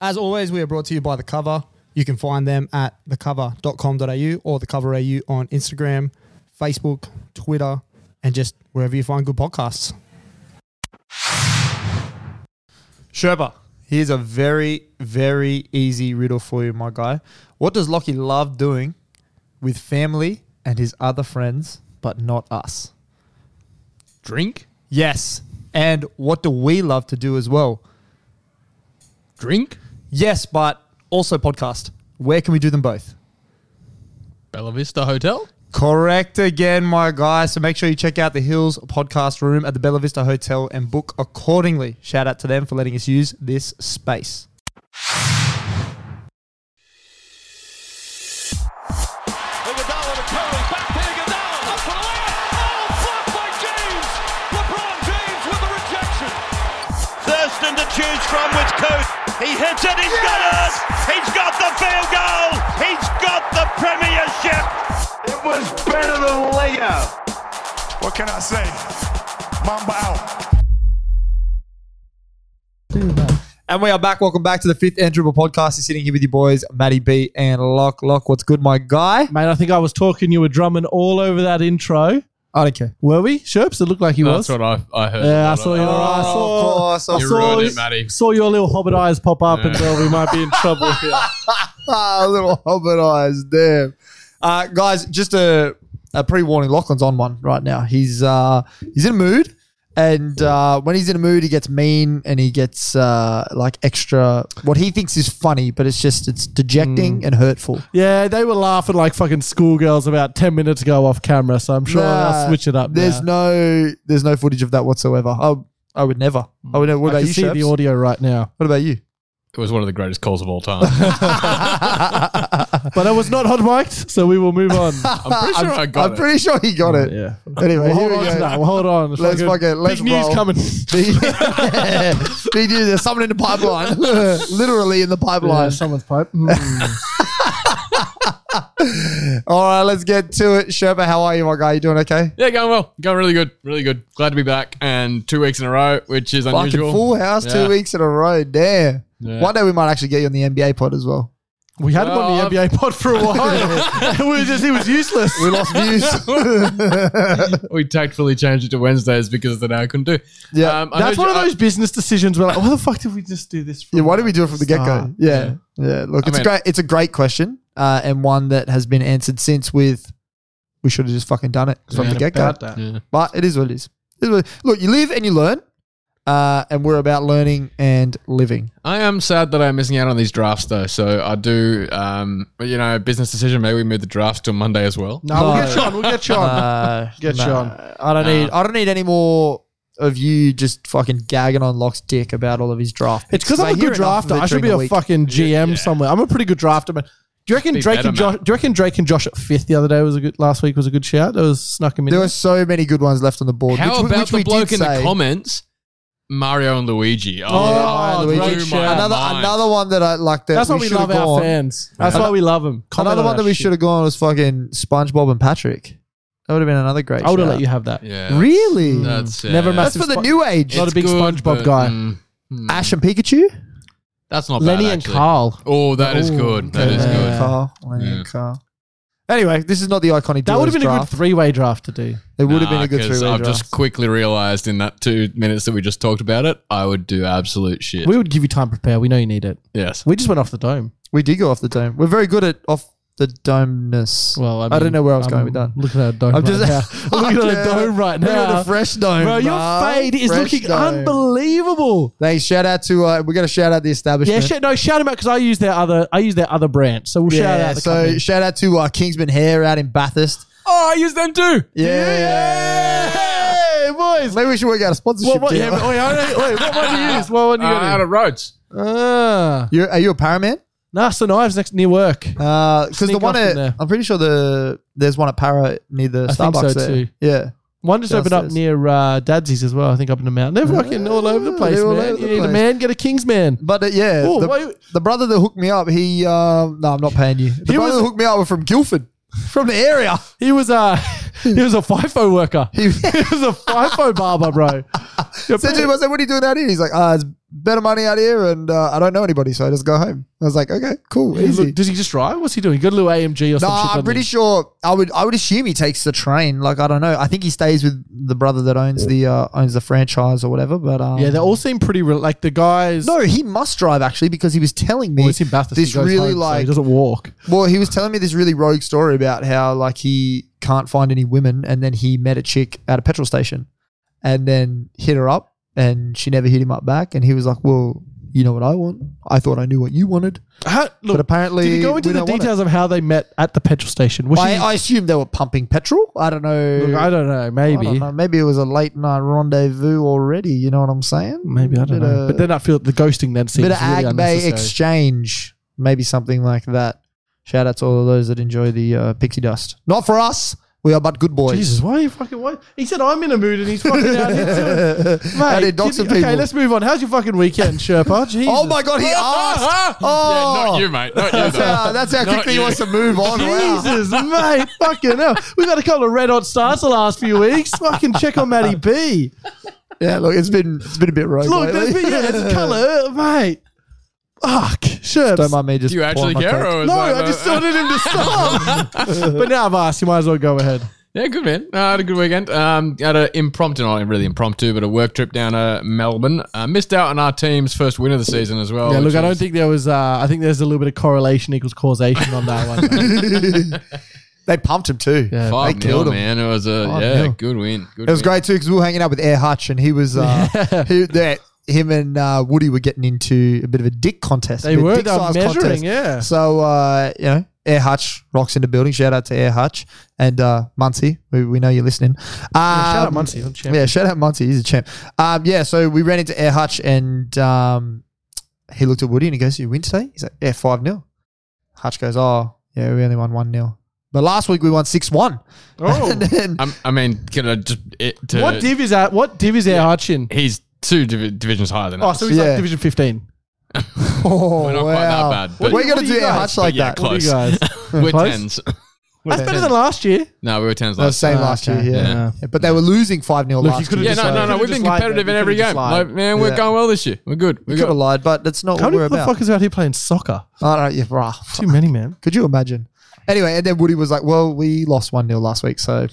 As always, we are brought to you by The Cover. You can find them at thecover.com.au or The Cover AU on Instagram, Facebook, Twitter, and just wherever you find good podcasts. Sherpa, here's a very, very easy riddle for you, my guy. What does Lockie love doing with family and his other friends, but not us? Drink? Yes. And what do we love to do as well? Drink? Yes, but also podcast. Where can we do them both? Bella Vista Hotel? Correct again, my guy. So make sure you check out the Hills podcast room at the Bella Vista Hotel and book accordingly. Shout out to them for letting us use this space. Iguodala to Curry, back to Iguodala, up for the layup. Oh, blocked by James. LeBron James with the rejection. Thurston to choose from which coach. He hits it, he's got it! He's got the field goal! He's got the premiership! It was better than later. What can I say? Mamba out. And we are back. Welcome back to the fifth and dribble podcast. You're sitting here with your boys, Matty B and Lock. Lock, what's good, my guy? Mate, I think I was talking you were drumming all over that intro. I don't care. Were we? Sherps, it looked like you was. That's what I, I heard. Yeah, I saw you. Oh, I of saw, course, of I You saw, ruined it, Matty. saw your little hobbit eyes pop up and Yeah. well, we might be in trouble here. Ah, little hobbit eyes, damn. Uh, guys, just a, a pre-warning. Lachlan's on one right now. He's uh, he's in a mood, and uh, when he's in a mood, he gets mean and he gets uh, like extra what he thinks is funny, but it's just it's dejecting Mm. and hurtful. Yeah, they were laughing like fucking schoolgirls about 10 minutes ago off camera, so I'm sure Nah, I'll switch it up. There's no there's no footage of that whatsoever. I, I would never. I would never. What about I can you, see the Sheps? audio right now. What about you? It was one of the greatest calls of all time. But I was not hot mic'd, so we will move on. I'm pretty sure I got I'm it. pretty sure he got it. Oh, yeah. Anyway, Well, here hold we on go. to that. Well, hold on. Let's fucking- let's big news roll. coming. Big Big news. There's someone in the pipeline. Literally in the Yeah, pipeline. someone's pipe. Mm. All right, let's get to it. Sherpa, how are you, my guy? You doing okay? Yeah, going well. Going really good. Really good. Glad to be back. And two weeks in a row, which is Fucking unusual. full house Yeah. two weeks in a row. Damn. Yeah. One day we might actually get you on the NBA pod as well. we had him Well, on I've- the NBA pod for a while. we were just, he was useless. We lost views. We tactfully changed it to Wednesdays because the day I couldn't do. Yeah. Um, I That's heard one you- of I- those business decisions where like, why the fuck did we just do this? From yeah, why did we do it from the get go? Start. Yeah. Yeah. Look, it's I a mean- great it's a great question. Uh, and one that has been answered since with we should have just fucking done it from the get go. that. Yeah. But it is what it is. It is what it is. Look, you live and you learn. Uh, and we're about learning and living. I am sad that I'm missing out on these drafts though. So I do, um, but, you know, business decision. Maybe we move the drafts till Monday as well. No, we'll get you on. We'll get you on. Uh, Get nah. Sean. I don't need. I don't need any more of you just fucking gagging on Locke's dick about all of his draft. It's picks, because I'm a I hear good enough of drafter. it I should during be the a week. fucking GM somewhere. I'm a pretty good drafter, man. Do you reckon Be Drake better, and Josh, Matt. Do you reckon Drake and Josh at fifth the other day was a good last week was a good shout? That was snuck him in. There were so many good ones left on the board. How which, about which we did the bloke in the say. comments? Mario and Luigi. Oh, Mario and blew Luigi. my Yeah. Another mind. another one that I like. That That's why we should have love our gone. fans. That's why we love them. Another one that we should have gone was fucking SpongeBob and Patrick. That would have been another great. I would have shout. let you have that. Yeah. Really? That's Never yeah. That's massive for the Spo- new age. Not a It's big good, SpongeBob but, guy. mm, mm. Ash and Pikachu. That's not Lenny bad, and actually. Carl. Oh, that is Ooh, good. That okay. is good. Yeah. Carl. Lenny and Carl. Anyway, this is not the iconic. That would have been a good draft. three way draft to do. it would have been Nah, a good 'cause three. I've just quickly realized in that two minutes that we just talked about it, I would do absolute shit. We would give you time to prepare. We know you need it. yes. We just went off the dome. We did go off the dome. We're very good at off the domeness. Well, I, I don't know where I was going with that. I'm Looking at a dome. I'm right just- now. I'm looking at a Fuck yeah. dome right Look at now. the fresh dome, Bro, your bruh. fade is Fresh looking dome. unbelievable. Thanks. Shout out to uh, we got to shout out the Yeah, establishment. sh- no, shout them out because I use their other I use their other branch. So we'll shout Yeah, out. The so company. shout out to uh, Kingsman Hair out in Bathurst. Oh, I use them too. Yeah. Hey, boys. Maybe we should work out a sponsorship what, what, yeah, deal. but wait, I don't- wait, what one do you use? What one do Uh, you out got? of roads. Ah, You're, are you a Paramount? Nasta knives next near work. Because Uh, the Sneak one off in at there. I'm pretty sure the there's one at Para near the I think Starbucks so there. too. Yeah. One just opened up Downstairs. near uh, Dadsy's as well. I think up in the mountain. They're fucking all over the Ah, place, they're all man. over You the need a place. man, get a king's man. But uh, yeah, Oh, the, why- the brother that hooked me up, he um, no, I'm not paying you. The He brother was- that hooked me up were from Guildford, from the area. He was a he was a FIFO worker. He He- was a FIFO barber, bro. Said to him, I said, "What are you doing out here?" He's like, "Ah, it's better money out here, and uh, I don't know anybody, so I just go home. I was like, okay, cool, easy. Look, does he just drive? What's he doing? He got a little AMG or no, some shit. I'm doesn't pretty he? sure. I would. I would assume he takes the train. Like I don't know. I think he stays with the brother that owns the uh, owns the franchise or whatever. But um, Yeah, they all seem pretty real. Like the guys. No, he must drive actually because he was telling me Well, it's in Bathurst. he this goes really home, so he like doesn't walk. well he was telling me this really rogue story about how like he can't find any women and then he met a chick at a petrol station and then hit her up and she never hit him up back and he was like well you know what I want I thought I knew what you wanted How, look, but apparently did he go into we the don't want it. details of how they met at the petrol station? Was I, she- I assume they were pumping petrol I don't know Look, I don't know. I Maybe. don't know. maybe it was a late night rendezvous already you know what I'm saying Maybe I don't Bit know. of- But then I feel the ghosting then seems bit of really Agbe unnecessary. exchange, maybe something like that. Shout out to all of those that enjoy the uh, pixie dust. Not for us. We are but good boys. Jesus, why are you fucking? Why? He said I'm in a mood and he's fucking out here too. Mate, I did dox give some me- okay, people. let's move on. How's your fucking weekend, Sherpa? Jesus. oh my god, he asked. Oh, Yeah, not you, mate. Not you. That's though. how, that's how Not quickly he you. wants to move on. Wow. Jesus, mate, fucking hell. We've had a couple of red hot starts the last few weeks. Fucking check on Matty B. Yeah, look, it's been it's been a bit rogue Look, lately. there's been, yeah, it's colour, mate. Fuck, Don't Sherps. mind me. Just Do you actually pouring my care? Coke. Or is No, that- I just wanted him to stop. but now I've asked, you might as well go ahead. Yeah, good man. No, I had a good weekend. Um, had an impromptu, not really impromptu, but a work trip down to Melbourne. Uh, missed out on our team's first win of the season as well. Yeah, look, which I don't is- think there was. Uh, I think there's a little bit of correlation equals causation on that one. They pumped him too. Yeah. Five they nil, killed him. man. It was a Five yeah, nil. good win. Good It was win. great too because we were hanging out with Air Hutch and he was uh, he, that him and uh, Woody were getting into a bit of a dick contest. a They bit were, dick they were size measuring, yeah. So uh, you know, Air Hutch rocks in the building. Shout out to Air Hutch and uh, Muncie. We, we know you're listening. Um, yeah, shout out Muncie, he's a champ. Yeah, shout out Muncie. He's a champ. Um, yeah, so we ran into Air Hutch and um, he looked at Woody and he goes, "You win today?" He's like, "Yeah, five 0 Hutch goes, "Oh, yeah, we only won one 0 But last week we won six one. Oh. I'm- Um, I mean, can I just it, to, What div is that? What div is our Hutch in? He's two div- divisions higher than Oh, us. so he's Yeah. like Division 15. Oh, We're not quite that wow. bad, but- We're What going do to do you Air guys- Hutch like yeah, that. What do you Close. guys? We're Oh, Close? tens. That's better than last year. No, we were tens That was last. same Ah, last okay. year, yeah. Yeah. Yeah, But they were losing 5 0 Look, last you could've year. yeah, just no, lied. no, no. You We've could've been just lied, competitive mate. in You every could've game. just lied. Like, man, we're Yeah. going well this year. We're good. We could have got. lied, but that's not How what many we're about. motherfuckers out here playing soccer? All right, yeah, bruh. Too many, man. Could you imagine? Anyway, and then Woody was like, well, we lost 1 0 last week, so.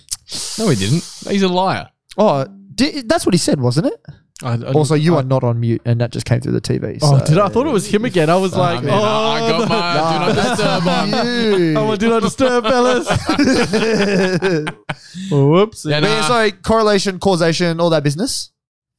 No, we didn't. He's a liar. Oh, di- that's what he said, wasn't it? I, I- Also, you are not on mute, and that just came through the TV. Oh, so- did I? I thought it was him again. I was I like, mean, oh, I, I got my. Do not disturb. I'm- You. uh, I want to do not disturb, fellas. Whoops. Yeah, But yeah, nah. so correlation, causation, all that business.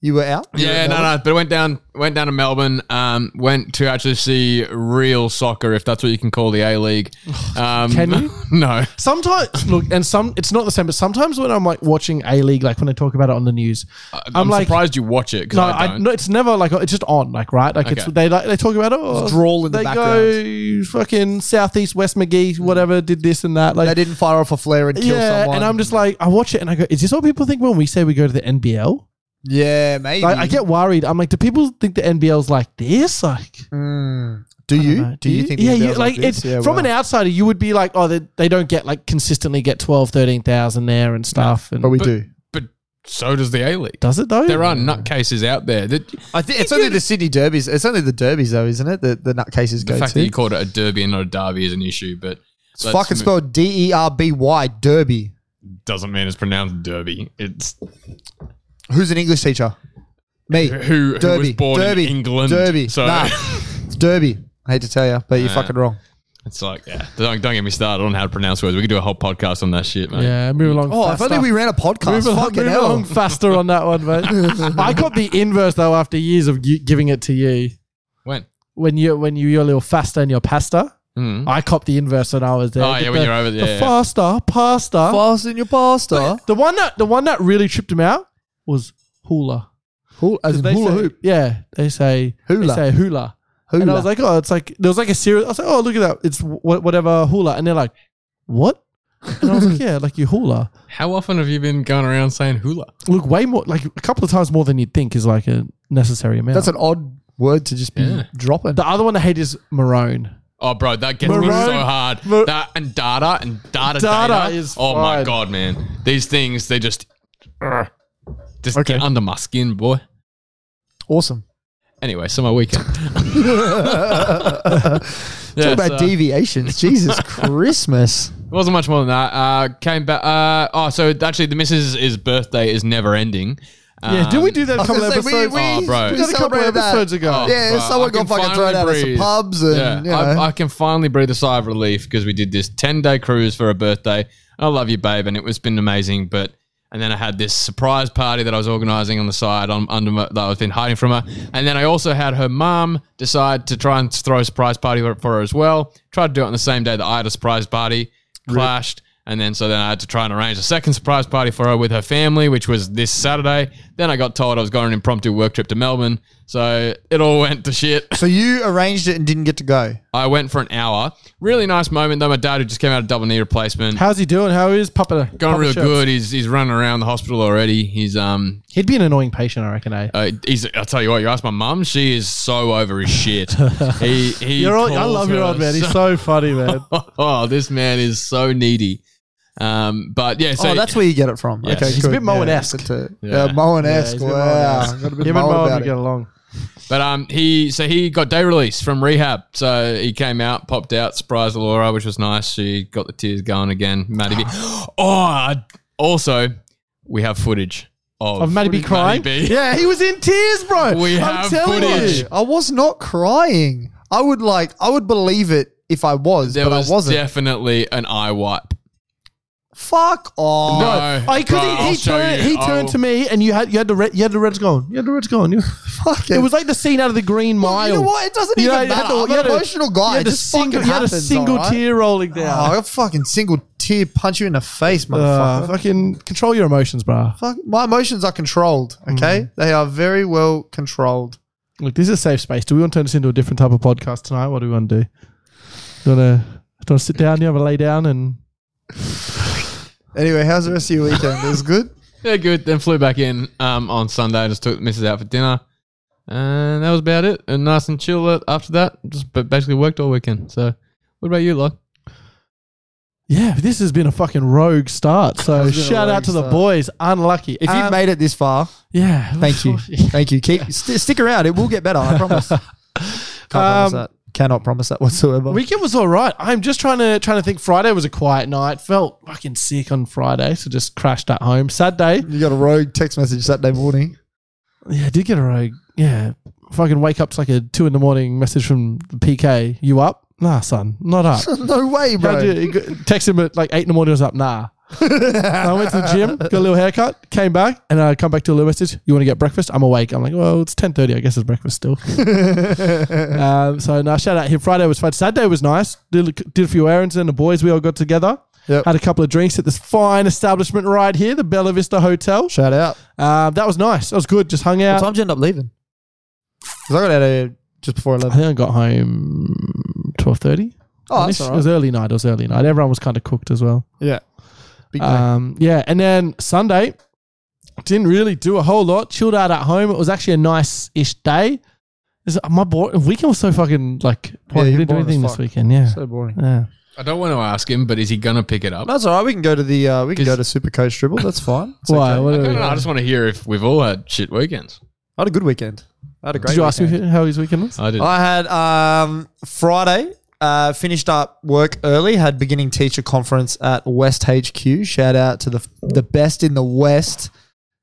You were out. You were Yeah, out. no, no. But went down, went down to Melbourne. Um, went to actually see real soccer, if that's what you can call the A League. Um, Can you? No. Sometimes, look, and some, it's not the same, but sometimes when I'm like watching A League, like when they talk about it on the news, I'm, I'm like- surprised you watch it because No, I I, don't. no, it's never like it's just on, like right, like it's Okay. they like they talk about it. Oh, It's drawl in the they background. go fucking southeast West McGee, whatever did this and that, like They didn't fire off a flare and kill yeah. someone. And I'm just like, I watch it and I go, is this what people think when we say we go to the NBL? yeah, maybe. Like, I get worried. I'm like, do people think the NBL's like this? Like, Mm. Do I you? don't know. Do you think? Yeah, the you, NBL's like this? it's Yeah, from wow. an outsider, you would be like, oh, they, they don't get like consistently get 12, 13,000 there and stuff. And But we But- do. but so does the A League. does it though? There are nutcases out there. That, I think it's only the Sydney derbies. It's only the derbies, though, isn't it? That the nutcases the go fact that you to. called it a derby and not a derby is an issue, but It's fucking spelled D E R B Y derby. doesn't mean it's pronounced derby. It's Who's an English teacher? Me. who, who was born in England. Derby. So Nah, it's derby. I hate to tell you, but you're fucking wrong. it's like, yeah, don't, don't get me started on how to pronounce words. We could do a whole podcast on that shit, man. Yeah, move along. Oh, if faster. only we ran a podcast. Move along, fucking move hell. along faster on that one, mate. I got the inverse though after years of you, giving it to you When? when you when you your little faster and your pasta. Mm. I copped the inverse when I was there. Oh, But yeah, when the- you're over there, the yeah. faster pasta. Faster than your pasta. the one that the one that really tripped him out was hula. Hula, as in They hula say- hoop. Yeah, they say Hula. They say hula. Hula. And I was like, oh, it's like there was like a series. I was like, oh, look at that. It's wh- whatever hula, and they're like, what? And I was like, yeah, like you hula. How often have you been going around saying hula? Look, way more like a couple of times more than you'd think is like a necessary amount. That's an odd word to just be Yeah. dropping. The other one I hate is maroon. Oh, bro, that gets me Maroon- so hard. Mar- that and data and data Data data. is oh my fine. god, man! These things they just, Urgh. just get under my skin, boy. Awesome. Anyway, so my weekend. Talk Yeah, about so- deviations. Jesus Christmas. It uh, wasn't much more than that. Uh, came back. Uh, oh, so actually, the missus' is birthday is never ending. Yeah, did Um, we do that a I was couple gonna say, we- episodes? we- Oh, bro. we We did a couple celebrated that. episodes ago. Oh, yeah, well, someone I can got fucking finally thrown out of some breathe. pubs and Yeah, you know. I, I can finally breathe a sigh of relief because we did this 10 day cruise for her birthday. I love you, babe, and it was been amazing. But and then I had this surprise party that I was organizing on the side on under my, that I was been hiding from her. And then I also had her mum decide to try and throw a surprise party for for her as well. Tried to do it on the same day that I had a surprise party, clashed. And then so then I had to try and arrange a second surprise party for her with her family, which was this Saturday. Then I got told I was going on an impromptu work trip to Melbourne. So it all went to shit. so you arranged it and didn't get to go. I went for an hour. Really nice moment though. My dad who just came out of double knee replacement. How's he doing? How is Papa? Going Papa real Shirts? good. He's he's running around the hospital already. He's um He'd be an annoying patient, I reckon. Eh? uh, he's I'll tell you what, you ask my mum, she is so over his shit. he he Your old, Oh, I calls love your her old man. He's so- so funny, man. oh, this man is so needy. Um but yeah, so oh, that's where you get it from. Yes. Okay, He's a good. bit Moen-esque. Yeah, good to- Yeah. yeah. Moen-esque. Yeah, he's a wow. Got bit Moen-esque. a bit Him Moen and Moen about would get it. along. But um, he so he got day release from rehab. So he came out, popped out, surprised Laura, which was nice. She got the tears going again. Maddie B. Oh, I- also we have footage of, Of Matty B Maddie crying. B. Yeah, he was in tears, bro. We I'm have telling footage. you. I was not crying. I would like. I would believe it if I was, There but was I wasn't. definitely an eye wipe. Fuck off. No, I could. Bro, he I'll he show turned. you. He I turned will- to me, and you had you had the red, you had the reds going. You had the reds going. You- Fuck It was like the scene out of the Green Mile. You know what? It doesn't You even know, you had matter. the- I'm you an had a- emotional guy. You had It a just single, fucking you had a happens, single alright? tear rolling down. Oh, a fucking single tear punch you in the face, Uh, Oh, motherfucker. fucking control your emotions, bro. Fuck, my emotions are controlled. Okay, Mm. they are very well controlled. Look, this is a safe space. Do we want to turn this into a different type of podcast tonight? What do we want to do? Do you want to, do you want to sit down? Do you want to lay down? And Anyway, how's the rest of your weekend? It was good. Oh, Yeah, good. Then flew back in um, on Sunday. Just took the missus out for dinner, and that was about it. And nice and chill a- after that. Just ba- basically worked all weekend. So, what about you, Locke? yeah, this has been a fucking rogue start. So Has been a shout out rogue to the start. boys. Unlucky. If Um, you've made it this far, yeah, thank you, thank you. Keep st- stick around. It will get better. I promise. Can't promise Um, that. Cannot promise that whatsoever. Weekend was all right. I'm just trying to trying to think. Friday was a quiet night. Felt fucking sick on Friday, so just crashed at home. Saturday, you got a rogue text message Saturday morning. yeah, I did get a rogue. Yeah, fucking wake up to like a two in the morning message from the PK. You up? Nah, son, not up. No way, bro. How'd you- Text him at like eight in the morning. I was up. Nah. I went to the gym, got a little haircut, came back, and I come back to a little message. You want to get breakfast? I'm awake. I'm like, well, it's ten thirty. I guess it's breakfast still. um, so now shout out here. Friday was fun. Saturday was nice. Did, did a few errands, and the boys we all got together. Yep. Had a couple of drinks at this fine establishment right here, the Bella Vista Hotel. Shout out. Um, that was nice. That was good. Just hung What out. time did you end up leaving? 'Cause I got out of here just before I eleven. think I got home twelve thirty. Oh, that's It all was right. early night. It was early night. Everyone was kind of cooked as well. Yeah. Big day. Um, yeah, and then Sunday didn't really do a whole lot. Chilled out at home. It was actually a nice ish day. Is my boy, weekend was so fucking like Yeah, we you're didn't do boring as anything this fuck. weekend. Yeah, so boring. yeah. I don't want to ask him, but is he gonna pick it up? That's all right. We can go to the uh, we can go Cause- to Supercoach Dribble. That's fine. It's Why? okay. What I are don't we- know. I just want to hear if we've all had shit weekends. I had a good weekend. I had a great. Did you ask weekend. Uh, him how his weekend was? I did. I had um, Friday. Uh, finished up work early. Had beginning teacher conference at West HQ. Shout out to the the best in the West.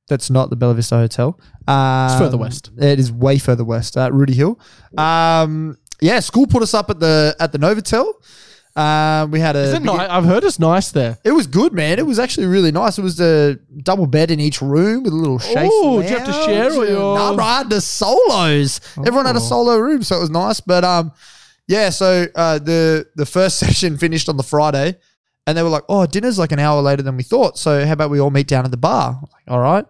That's not the Bella Vista Hotel. Um, further west. It is way further west at Rudy Hill. Um, yeah, school put us up at the at the Novotel. Um, we had a. Is it begin- ni- I've heard it's nice there. It was good, man. It was actually really nice. It was a double bed in each room with a little shake. Ooh, do you have to share Oh. or you're- Nah, bro, I had the solos. Everyone had a solo room, so it was nice. But um, yeah. So uh, the the first session finished on the Friday, and they were like, "Oh, dinner's like an hour later than we thought. So how about we all meet down at the bar?" I'm like, all right,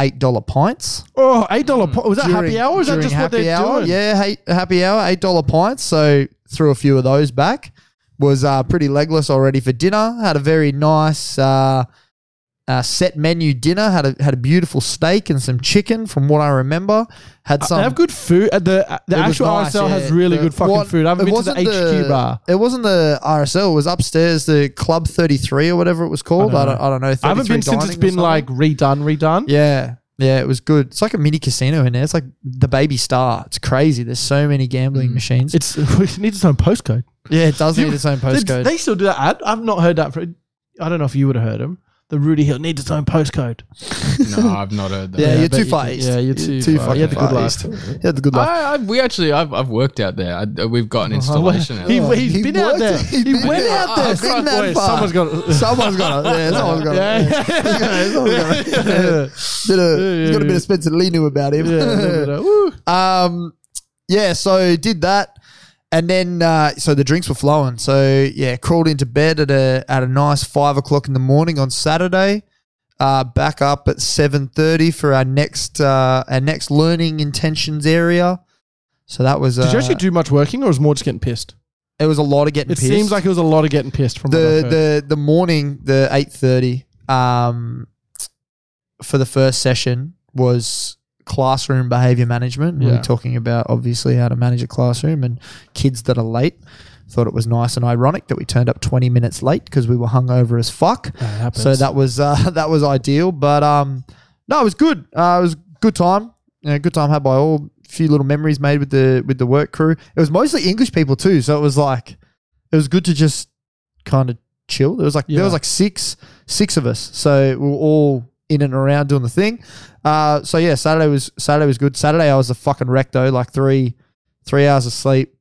eight dollar pints. Oh, eight dollar. Po- was that Mm. During- happy hour? Or is that during just what happy they're hour? doing? Yeah, hey, happy hour, eight dollar pints. So threw a few of those back. Was uh, pretty legless already for dinner. Had a very nice uh, uh, set menu dinner. Had a had a beautiful steak and some chicken, from what I remember. Had some. they have good food. Uh, the uh, the it was actual nice, RSL yeah. has really The- good fucking what- food. I haven't it been to the wasn't HQ bar. It wasn't the RSL. It was upstairs, the Club Thirty Three or whatever it was called. I don't, I don't, know. I haven't 33 been since it's dining or been like something. redone, redone. Yeah, Yeah, it was good. It's like a mini casino in there. It's like the baby star. It's crazy. There's so many Mm. gambling machines. It's it needs its own postcode. yeah, it does need its own postcode. They still do that ad. I've not heard that. For, I don't know if you would have heard him. The Rudy Hill needs its own postcode. No, I've not heard that. yeah, you're but too you- far east. yeah, you're too far- fucking you had the good Ah, far life. east. You had the good life. I, I, we actually, I've, I've worked out there. I, we've got an installation. out He, there. he's Oh, He been out worked- there. He, went out there. I've Been got- that wait, far. Someone's got. Someone's got it. Yeah, someone's got Yeah, it. yeah, Yeah, someone's got it. yeah. Did a, Yeah, yeah, he's got a bit yeah. of Spencer Lee knew about him. Yeah, a little bit of, woo. Um, yeah, so did that, and then uh, so the drinks were flowing. So yeah, crawled into bed at a at a nice five o'clock in the morning on Saturday. Uh, back up at seven thirty for our next uh, our next learning intentions area. So that was uh, Did you actually do much working, or was more just getting pissed? it was a lot of getting. It pissed. seems like it was a lot of getting pissed from what I've heard. the the the morning the eight thirty um for the first session was classroom behavior management. We Yeah. were talking about obviously how to manage a classroom and kids that are late. Thought it was nice and ironic that we turned up twenty minutes late because we were hungover as fuck. happens. so that was uh, that was ideal, but um no, it was good. Uh, it was a good time. You know, good time had by all. Few little memories made with the with the work crew. It was mostly English people too, so it was like it was good to just kind of chill. There was like Yeah. there was like six six of us, so we were all in and around doing the thing. Uh, so yeah, Saturday was Saturday was good. Saturday I was a fucking wreck though, like three three hours of sleep.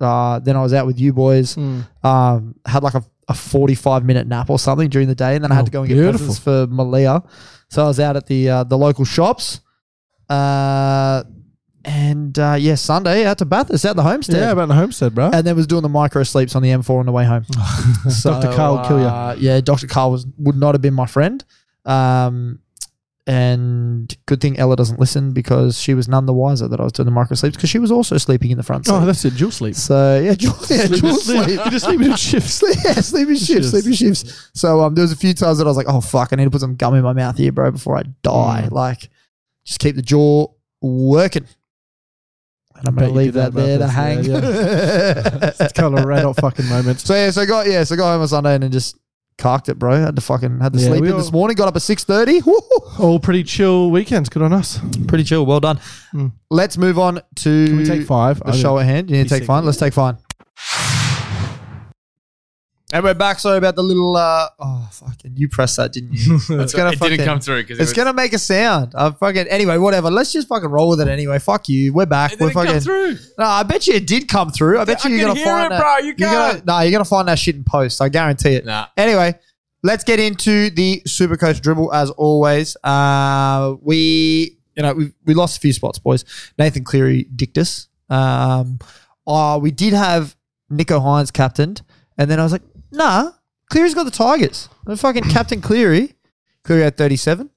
Uh, then I was out with you boys. Hmm. Um, had like a, a forty five minute nap or something during the day, and then I had Oh, to go and get beautiful. presents for Malia. So I was out at the uh, the local shops. Uh, and uh, yeah, Sunday out to Bathurst, out the homestead yeah, about the homestead, bro. and then was doing the micro sleeps on the M4 on the way home. So, Dr. Carl will kill ya. uh, yeah, Dr. Carl was, would not have been my friend. Um, and good thing Ella doesn't listen because she was none the wiser that I was doing the micro sleeps because she was also sleeping in the front seat. oh, that's it. Dual sleep. so yeah, dual, yeah, dual Sleep. sleep. You just sleep in shifts. Sleep, yeah, sleeping shifts, Shifts. sleeping shifts. So um, there was a few times that I was like, "Oh fuck, I need to put some gum in my mouth here, bro, before I die." Mm. Like, just keep the jaw working. And I'm bet gonna you leave did that that there to about hang. this, yeah, It's kind of red hot fucking moments. So yeah, so I got yeah, so I got home on Sunday and then just carked it, bro. Had to fucking had to Yeah, sleep we in all- this morning. Got up at six thirty. All pretty chill weekends. Good on us. Pretty chill. Well done. Mm. Let's move on to Can we take five? the show at hand. You need to Be take sick. fine. Let's take fine. And we're back. Sorry about the little. Uh, oh fucking! You pressed that, didn't you? It's gonna it didn't fucking- come through because it, It's was- gonna make a sound. I fucking anyway. Whatever. Let's just fucking roll with it anyway. Fuck you. We're back. it we're didn't fucking. come through. No, I bet you it did come through. I bet you I you're can gonna hear find it, that- bro. You you're gonna- can't. No, you're gonna find that shit in post. I guarantee it. Nah. Anyway, let's get into the Supercoach dribble as always. Uh, we, you know, we, we lost a few spots, boys. Nathan Cleary dicked us. Um, uh, we did have Nico Hines captained, and then I was like, nah, Cleary's got the Tigers. I'm fucking captain Cleary. Cleary had 37.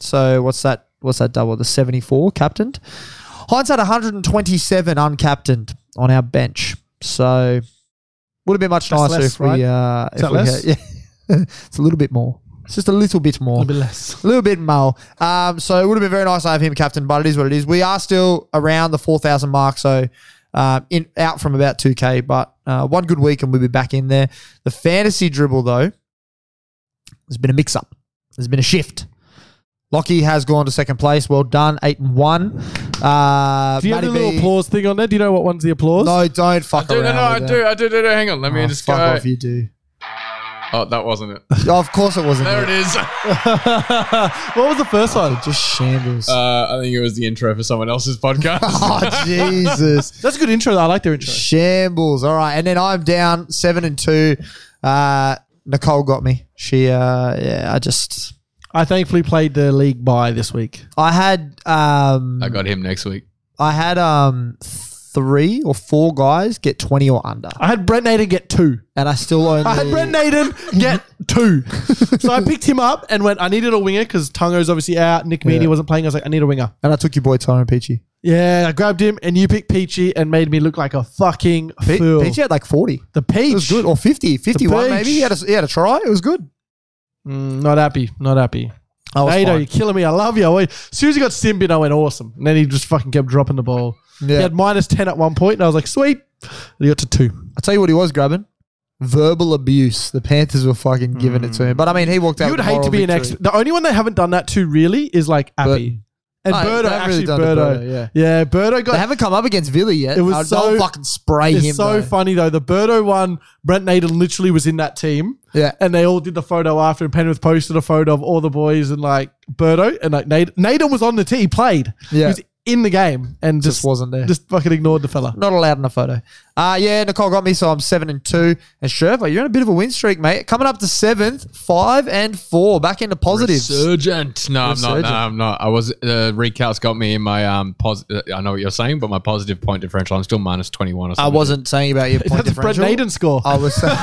So what's that? What's that double? The 74 captained. Hines had 127 uncaptained on our bench. So would have been much That's nicer less, if we right? uh, Is if that we less? had- yeah. it's a little bit more. It's just a little bit more. A bit less. A little bit more. Um, so it would have been very nice to have him captain, but it is what it is. We are still around the 4,000 mark, so uh, in out from about 2K, but uh, one good week and we'll be back in there. The fantasy dribble, though, there's been a mix up, there's been a shift. Lockie has gone to second place. Well done, 8 and 1. Uh, Do you have Matty the little B- applause thing on there? Do you know what one's the applause? No, don't fuck Dude, no, around. no, I with do, that. I do, do, do. Hang on, let me Oh, just fuck go. off, you do. Oh, that wasn't it. Of course it wasn't. There you. it is. Uh, what was the first one? Just shambles. Uh, Uh, I think it was the intro for someone else's podcast. oh, Jesus. That's a good intro. though. I like their intro. Shambles. All right, and then I'm down seven and two. Uh, Nicole got me. She, uh, yeah, I just, I thankfully played the league by this week. I had, um, I got him next week. I had, um, three or four guys get twenty or under, I had Brent Naden get two. and I still only. I had Brent Naden get two. so I picked him up and went, I needed a winger because Tungo's obviously out. Nick Meaney Yeah. wasn't playing. I was like, I need a winger. and I took your boy Tyrone Peachy. Yeah, I grabbed him and you picked Peachy and made me look like a fucking Pe- fool. Peachy had like forty. The Peach. It was good, or 50, 51 Peach. maybe. He had, a, he had a try. It was good. Mm, not happy. Not happy. I was Nato, fine. you're killing me. I love you. I went- As soon as he got Simbin, I went awesome. And then he just fucking kept dropping the ball. He Yeah. had minus 10 at one point, and I was like, sweet. And he got to two. I tell you what, he was grabbing verbal abuse. The Panthers were fucking giving it to him, but I mean, he walked out. You would with a Mm. hate moral to be an victory. ex. The only one they haven't done that to really is like Appy. And Oh, Birdo, they've really actually, done it, Birdo. Birdo, yeah. yeah. yeah, Birdo got They haven't come up against Villa yet. It was I'll- so- they'll fucking spray It's him. so though. funny though. The Birdo one, Brent Naden literally was in that team. Yeah. And they all did the photo after, and Penrith posted a photo of all the boys and like Birdo and like Naden. Naden was on the tee, he played. He Yeah. was in the game and just, Just wasn't there. Just fucking ignored the fella. Not allowed in a photo. Uh, yeah, Nicole got me, so I'm seven and two. And Sherpa, you're in a bit of a win streak, mate. Coming up to seventh, five and four. Back into positives. Resurgent. No, I'm not. Resurgent. No, I'm not. I was. Uh, recalcs got me in my um. Positive. I know what you're saying, but my positive point differential. I'm still minus twenty one or I something. wasn't saying about your point That's Brent differential. Oh. Naden score. I was saying,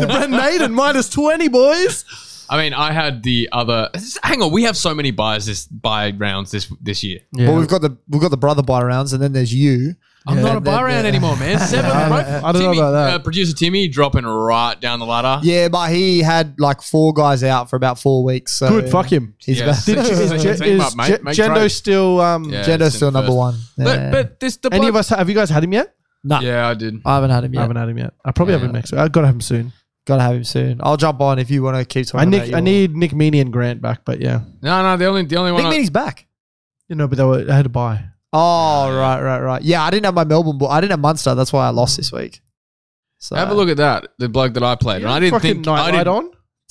the Brent Naden minus 20, boys. I mean, I had the other. Hang on, we have so many buys this buy rounds this this year. but we've got the we've got the brother buy rounds, and then there's you. I'm not a And then buy round the- anymore, man. Seven, bro. I don't know Timmy, about that. Uh, producer Timmy dropping right down the ladder. Yeah, but he had like four guys out for about four weeks. So Good, fuck him. He's Yeah, back. so- Did you, is so Je- is team up, mate. Je- Make Jendo trades. still um Yeah, Jendo's it's still in number first. one. Yeah. But but this the bloke- any of Uh, us have you guys had him yet? Yeah, I did. I haven't had him I yet. haven't had him yet. I probably have him next week. I've got to have him soon. Gotta have him soon. I'll jump on if you want to keep I talking. about Nick, your- I need Nick Meaney and Grant back, but yeah. No, no. The only the only Nick one. I- Meaney's back. You know, but they were I had to buy. Oh right, right, right. Yeah, I didn't have my Melbourne, but I didn't have Munster. That's why I lost this week. So have a look at that. The bloke that I played, and I didn't Fucking think I nightlight did. on.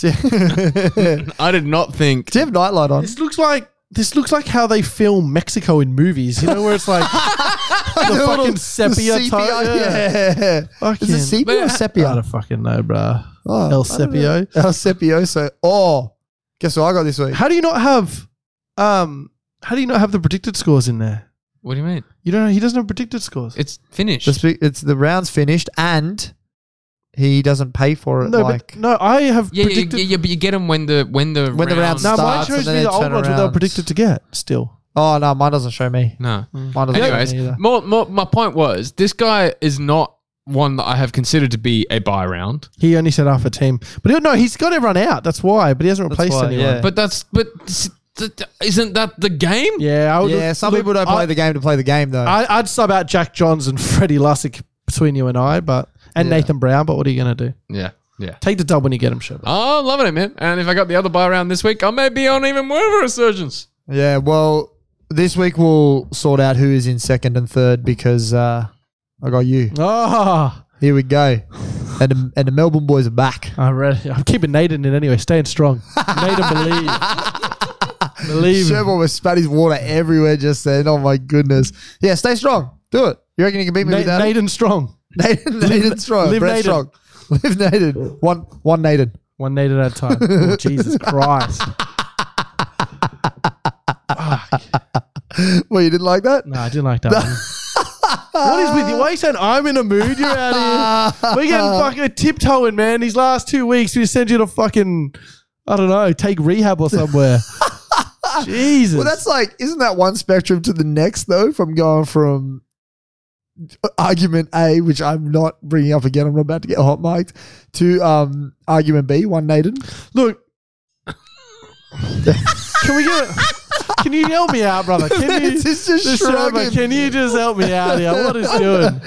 Do you I did not think. have nightlight on? This looks like this looks like how they film Mexico in movies. You know where it's like the fucking sepia The tone. sepia, Yeah. yeah. Fucking, Is it sepia or I sepia? don't fucking know, bruh. Oh, El I don't know. sepio. El sepio. So oh, guess what I got this week? How do you not have um? How do you not have the predicted scores in there? What do you mean? You don't. He doesn't have predicted scores. It's finished. The spe- it's the rounds finished and he doesn't pay for it. no, like but no. I have yeah, yeah, predicted. yeah, yeah, but you get them when the when the When the round No, mine starts and shows then me they the old turn ones what they were around. predicted to get. Still, oh no, mine doesn't show me. No. Mine doesn't Anyways, show me either. more, more, my point was this guy is not one that I have considered to be a buy round. he only said half a team, but he, no, he's got everyone out. That's why. But he hasn't replaced why, anyone. yeah. But that's but s- th- th- isn't that the game? Yeah, I would, Yeah, some look, people don't I- play the game to play the game though. I, I'd sub out Jack Johns and Freddie Lussick between you and I, but and Yeah. Nathan Brown. But what are you gonna do? yeah, yeah. Take the dub when you get him, Sherpa. Oh, I'm loving it, man. And if I got the other buy round this week, I may be on even more of a resurgence. Yeah, well, this week we'll sort out who is in second and third because uh, I got you. Ah, Here we go. And the, and the Melbourne boys are back. I read. I'm keeping Nathan in anyway. Staying strong. Nathan, believe, believe. Sherman was spat his water everywhere just then. Oh my goodness. Yeah, stay strong. Do it. You reckon you can beat me Na- with that? Nathan strong. Nathan, Nathan strong. live Brett strong. Nathan. Live Nathan. One one Nathan. One Nathan at a time. Oh, Jesus Christ. Well, you didn't like that? No, I didn't like that. one. what is with you? Why are you saying I'm in a mood? You're out of here. We're getting fucking tiptoeing, man. These last two weeks, we send you to fucking, I don't know, take rehab or somewhere. Jesus. Well, that's like, isn't that one spectrum to the next though? From going from argument A, which I'm not bringing up again, I'm not about to get hot mic'd, to um, argument B, one Naden. Look. can we get Can you help me out, brother? Can you, It's just Mr. Sherman, shrugging. can you just help me out here? What is doing?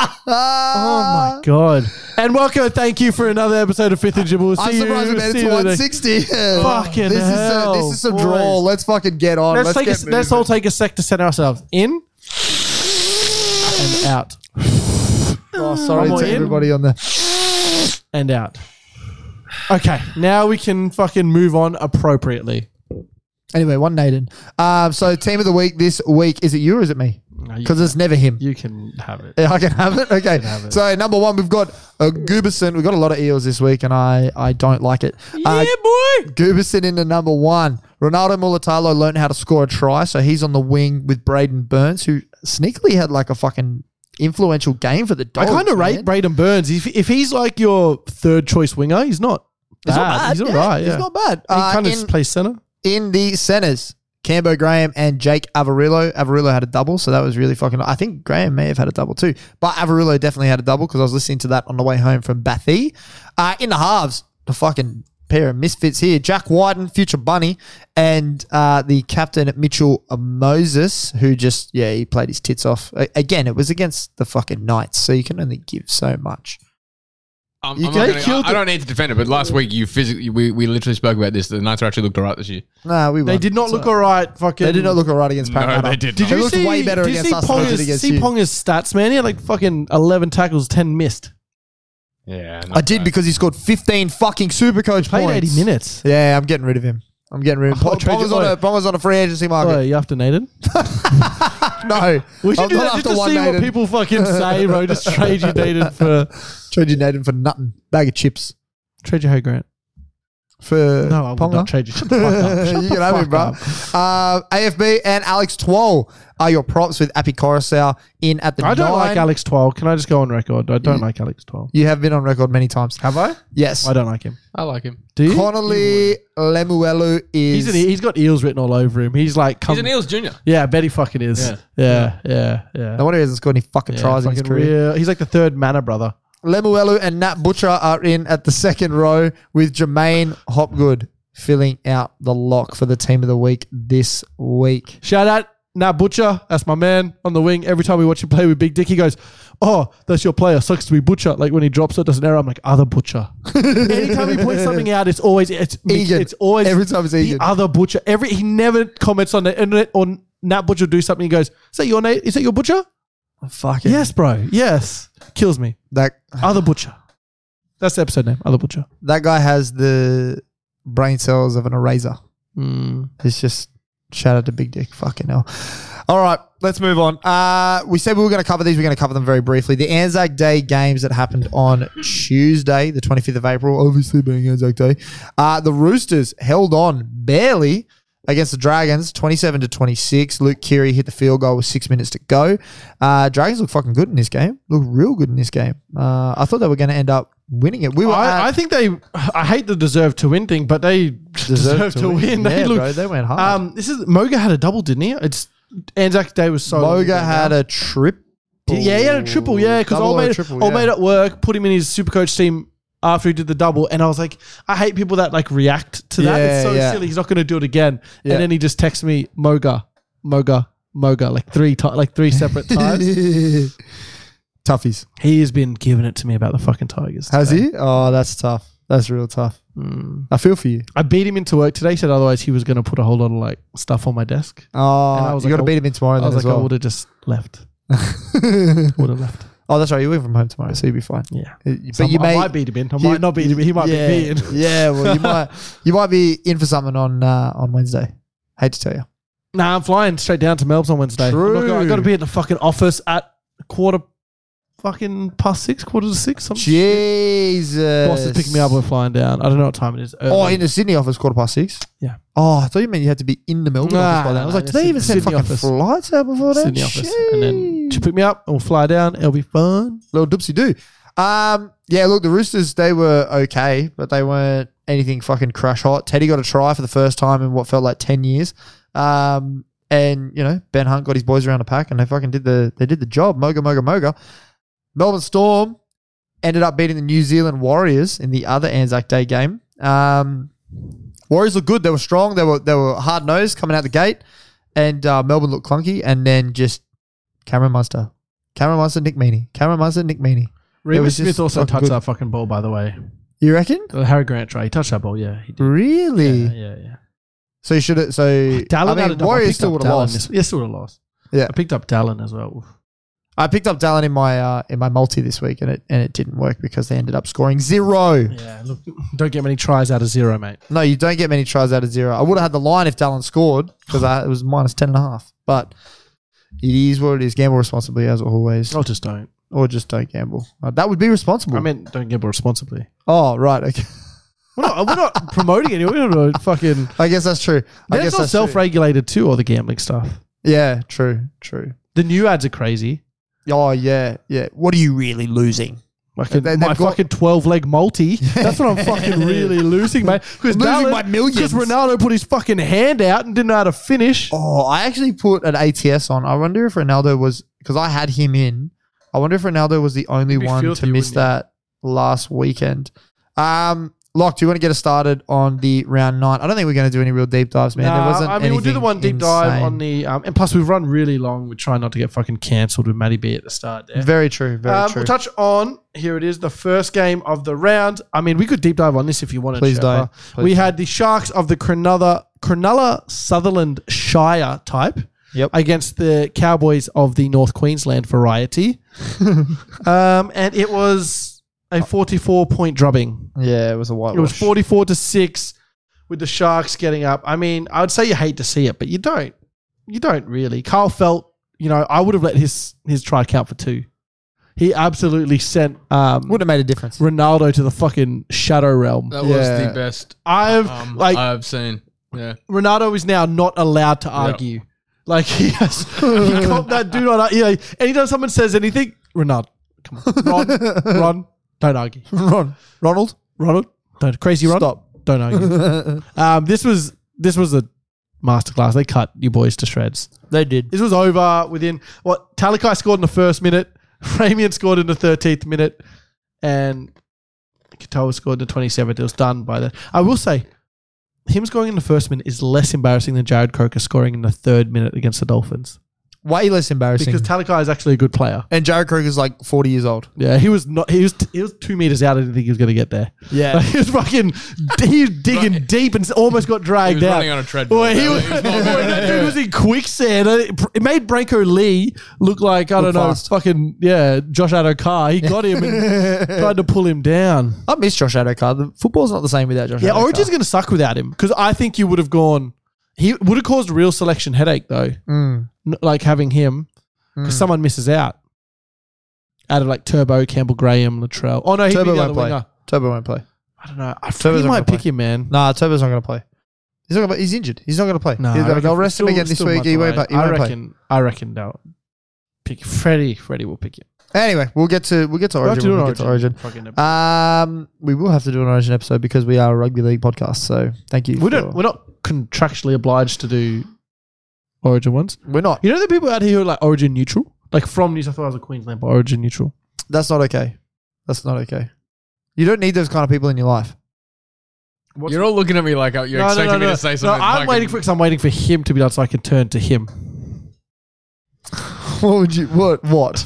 Oh my god! And welcome, thank you for another episode of Fifth and Jibble. We'll see I'm you- surprised we made it see to you later. 160. Fucking this hell, is a, this is some boys. draw. Let's fucking get on. Let's, Let's, take. A, get let's all take a sec to center ourselves in and out Oh, sorry one more to in. everybody on the. and out. Okay, now we can fucking move on appropriately. Anyway, one Naden. Um, so team of the week this week is it you or is it me? you- Because it's never him. You can have it. Yeah, I can have it. Okay. So number one, we've got uh, Gooberson. We've got a lot of eels this week, and I, I don't like it. Uh, boy. Gooberson in the number one. Ronaldo Mulatalo learned how to score a try, so he's on the wing with Braden Burns, who sneakily had like a fucking influential game for the I Dogs. kind of Oh, man. rate Braden Burns. If, if he's like your third choice winger, he's not. Bad. He's not bad. He's all right. yeah. Yeah. He's not bad. He Uh, kind of in- just plays center. in the centers. Cambo Graham and Jake Avarillo. Avarillo had a double, so that was really fucking. I think Graham may have had a double too, but Avarillo definitely had a double because I was listening to that on the way home from Bathy. Uh, in the halves, the fucking pair of misfits here: Jack Wyden, future bunny, and uh, the captain Mitchell Moses, who just yeah he played his tits off. A- again, it was against the fucking Knights, so you can only give so much. I'm, You I'm not guys gonna- killed I, I don't need to defend it, but last week you physically, we, we literally spoke about this. The Knights are actually looked alright this year. Nah, we won. They did not look all right. Fucking. They did not look all right against No, Parramatta. they did Did not. They you looked see, way better did you against see us than they did Ponga's, against see you. Ponga's stats, man? He had like fucking 11 tackles, 10 missed. Yeah, I did because he scored 15 fucking super coach Played points. 80 minutes. Yeah, I'm getting rid of him. I'm getting rid of him. Oh, Pong- trade Ponga's your- on, a, Ponga's on a free agency Oh, market. you after Naden? Oh, No. We should I'm do not that after just to one see Nathan. what people fucking say, bro. Just trade you Naden for Trade you Nathan for nothing. Bag of chips. trade you Ho Grant. For No, I would Ponga. not trade Uh, you. Shut the fuck up. Shut you the can have it, fuck bro. up. Uh, AFB and Alex Twol are your props with Appy Coruscant in at the I don't nine. like Alex Twal. Can I just go on record? I don't like Alex Twal. You have been on record many times. Have I? Yes. I don't like him. I like him. Do you? Connolly Lemuelu is. He's, an, e- he's got eels written all over him. He's like, come. He's an Eels junior. Yeah, I bet he fucking is. Yeah. Yeah, yeah, yeah. no wonder he hasn't scored any fucking Yeah, tries in his fucking career. real- He's like the third manor brother. Lemuelu and Nat Butcher are in at the second row with Jermaine Hopgood filling out the lock for the team of the week this week. Shout out Nat Butcher. That's my man on the wing. Every time we watch him play with Big Dick, he goes, Oh, that's your player. Sucks to be Butcher. Like when he drops it, does an error. I'm like, Other Butcher. Anytime he points something out, it's always, it's, Egan. it's always, Every time it's the Egan. other Butcher. Every, he never comments on the internet or Nat Butcher will do something. He goes, Is that your name? Is that your Butcher? Fucking Yes, bro. Yes. Kills me. that Other Butcher. That's the episode name. Other Butcher. that guy has the brain cells of an eraser. It's just shout out to Big Dick. Fucking hell. All right, let's move on. Uh, we said we were going to cover these. We're going to cover them very briefly. The Anzac Day games that happened on Tuesday, the 25th of April, obviously being Anzac Day. Uh, the Roosters held on barely against the Dragons, 27 to 26. Luke Keary hit the field goal with six minutes to go. Uh, Dragons look fucking good in this game. Look real good in this game. Uh, I thought they were going to end up winning it. We were. at- I, I think they. I hate the deserve to win thing, but they deserve, to, win. They Yeah, look- bro, they went hard. Um, this is Moga had a double, didn't he? It's Anzac Day was so. long ago Moga now. had a trip. Yeah, he had a triple. Yeah, because Double all or a made triple, all yeah. made at work. Put him in his super coach team after he did the double, and I was like, I hate people that like react to that. Yeah, it's so yeah. silly. He's not going to do it again. Yeah. And then he just texts me Moga, Moga, Moga, like three ti like three separate times. Toughies. he has been giving it to me about the fucking Tigers. Has today. Mm. he? Oh, that's tough. That's real tough. I feel for you. I beat him into work today. Said otherwise he was going to put a whole lot of like stuff on my desk. And I Oh, was you like, got to I- beat him in tomorrow I then was as like, I well. would have just left. would have left. Oh, that's right. You're working from home tomorrow, so you'll be fine. Yeah. Uh, But So you I may might beat him in. I you- might not beat him in. He might yeah, be beaten. yeah. Well, you might you might be in for something on uh, on Wednesday. Hate to tell you. Nah, I'm flying straight down to Melbourne on Wednesday. I'm not going- True. I got to be at the fucking office at quarter fucking past six, quarter to six. Some Oh, shit. Jesus. boss is picking me up. We're flying down. I don't know what time it is. Uh, Oh, Early. in the Sydney office, quarter past six. Yeah. Oh, I thought you meant you had to be in the Melbourne Nah, office by then. I nah, was nah, like, did they just even send Sydney fucking office. flights out before that? Sydney office, and then she pick me up and we'll fly down. It'll be fun. little doopsie do. Um, yeah, look, the Roosters they were okay, but they weren't anything fucking crash hot. Teddy got a try for the first time in what felt like ten years. Um, and you know Ben Hunt got his boys around the pack, and they fucking did the they did the job. Moga moga moga. Melbourne Storm ended up beating the New Zealand Warriors in the other Anzac Day game. Um, Warriors looked good. They were strong. They were they were hard nosed coming out the gate, and uh, Melbourne looked clunky. And then just Cameron Munster, Cameron Munster, Nick Meaney, Cameron Munster, Nick Meaney. It Remus was just Smith also fucking touched good. that fucking ball, by the way. You reckon? The Harry Grant try. He touched that ball. Yeah, he did. Really? Yeah, yeah, yeah. So you should have. So Dallin I had a mean, double. I Warriors picked still up would have Dallin lost. this- Yeah, still would have lost. Yeah. I picked up Dallin as well. I picked up Dallin in my uh, in my multi this week, and it and it didn't work because they ended up scoring zero. Yeah, look, don't get many tries out of zero, mate. No, you don't get many tries out of zero. I would have had the line if Dallin scored because it was minus ten and a half. But it is what it is. Gamble responsibly as always, I Oh, just don't. or just don't gamble. Uh, that would be responsible. I meant don't gamble responsibly. oh right, okay. We're not, we're not promoting anyone. We're not a fucking. I guess that's true. I guess That's not that's true. self-regulated too. All the gambling stuff. Yeah, true, true. The new ads are crazy. Oh yeah, yeah. What are you really losing? Fucking, They- they've my got- fucking twelve-leg multi. That's what I'm fucking really losing, mate. Because I'm losing by millions. Because Ronaldo put his fucking hand out and didn't know how to finish. Oh, I actually put an ATS on. I wonder if Ronaldo was because I had him in. I wonder if Ronaldo was the only You'd be one filthy, to miss wouldn't you? that last weekend. Um, Lock, do you want to get us started on the round nine? I don't think we're going to do any real deep dives, man. there Nah, wasn't. I mean, we'll do the anything one deep dive insane. on the, um, and plus we've run really long. We're trying not to get fucking cancelled with Matty B at the start there. Very true. Very Um, true. we'll touch on here. It is the first game of the round. I mean, we could deep dive on this if you wanted. Please Sherpa. don't. Please we don't. had the Sharks of the Cronulla, Cronulla Sutherland Shire type Yep. against the Cowboys of the North Queensland variety, um, and it was a forty-four point drubbing. yeah, it was a white. It was forty-four to six, with the Sharks getting up. I mean, I would say you hate to see it, but you don't. You don't really. Carl felt. You know, I would have let his his try count for two. He absolutely sent um, Would have made a difference. Ronaldo to the fucking shadow realm. That was Yeah. the best I've um, like I've seen. Yeah, Ronaldo is now not allowed to argue. Like he has, he got that dude on. Yeah, anytime someone says anything, Ronaldo, come on, Ron, Ron, don't argue. Ron, Ronald. Ronald, don't crazy Ron. Stop. Don't argue. um, this was this was a masterclass. They cut you boys to shreds. They did. This was over within what Talakai scored in the first minute, Ramian scored in the thirteenth minute, and Katoa scored in the twenty seventh. It was done by that. I will say, him scoring in the first minute is less embarrassing than Jared Croker scoring in the third minute against the Dolphins Way less embarrassing. because Talakai is actually a good player. and Jared Kruger's like 40 years old. Yeah, he was not. He was he was two meters out. I didn't think he was going to get there. Yeah. he was fucking. He was digging deep and s- almost got he dragged was out. running on a treadmill. Well, he was, It was not very- Well, that dude was in quicksand. Uh, It it made Branko Lee look like, I Look don't know, fast. fucking, yeah, Josh Adokar. He got him and tried to pull him down. I miss Josh Adokar. The football's not the same without Josh Yeah, Adokar. Orange is going to suck without him because I think you would have gone. He would have caused real selection headache, though, Mm. n- like having him because Hmm. someone misses out. Out of like Turbo, Campbell, Graham, Latrell. Oh, no, he'd Turbo be the won't other play. winger. Turbo won't play. I don't know. I think Turbo's he not might gonna pick him, man. Nah, Turbo's not going to play. He's not. Gonna, play. he's injured. He's not going to play. No, He's- I they'll reckon rest him still- again this still week. might He won't, delay. play. He I won't play. reckon. I reckon they'll pick Freddie. Freddie will pick him. Anyway, we'll get to we'll get to We'll have Origin. to Uh, do when an we get to Origin. Fucking episode. Um, we will have to do an Origin episode because we are a rugby league podcast. So thank you. we for- don't. We're not contractually obliged to do Origin ones. We're not. You know the people out here who are like Origin neutral, like from New South Wales or Queensland, but Origin neutral. That's not okay. That's not okay. You don't need those kind of people in your life. You're all looking at me like uh, you're expecting me to say something. No, I'm fucking- waiting for. 'cause I'm waiting for him to be done so I can turn to him. What would you? What? What?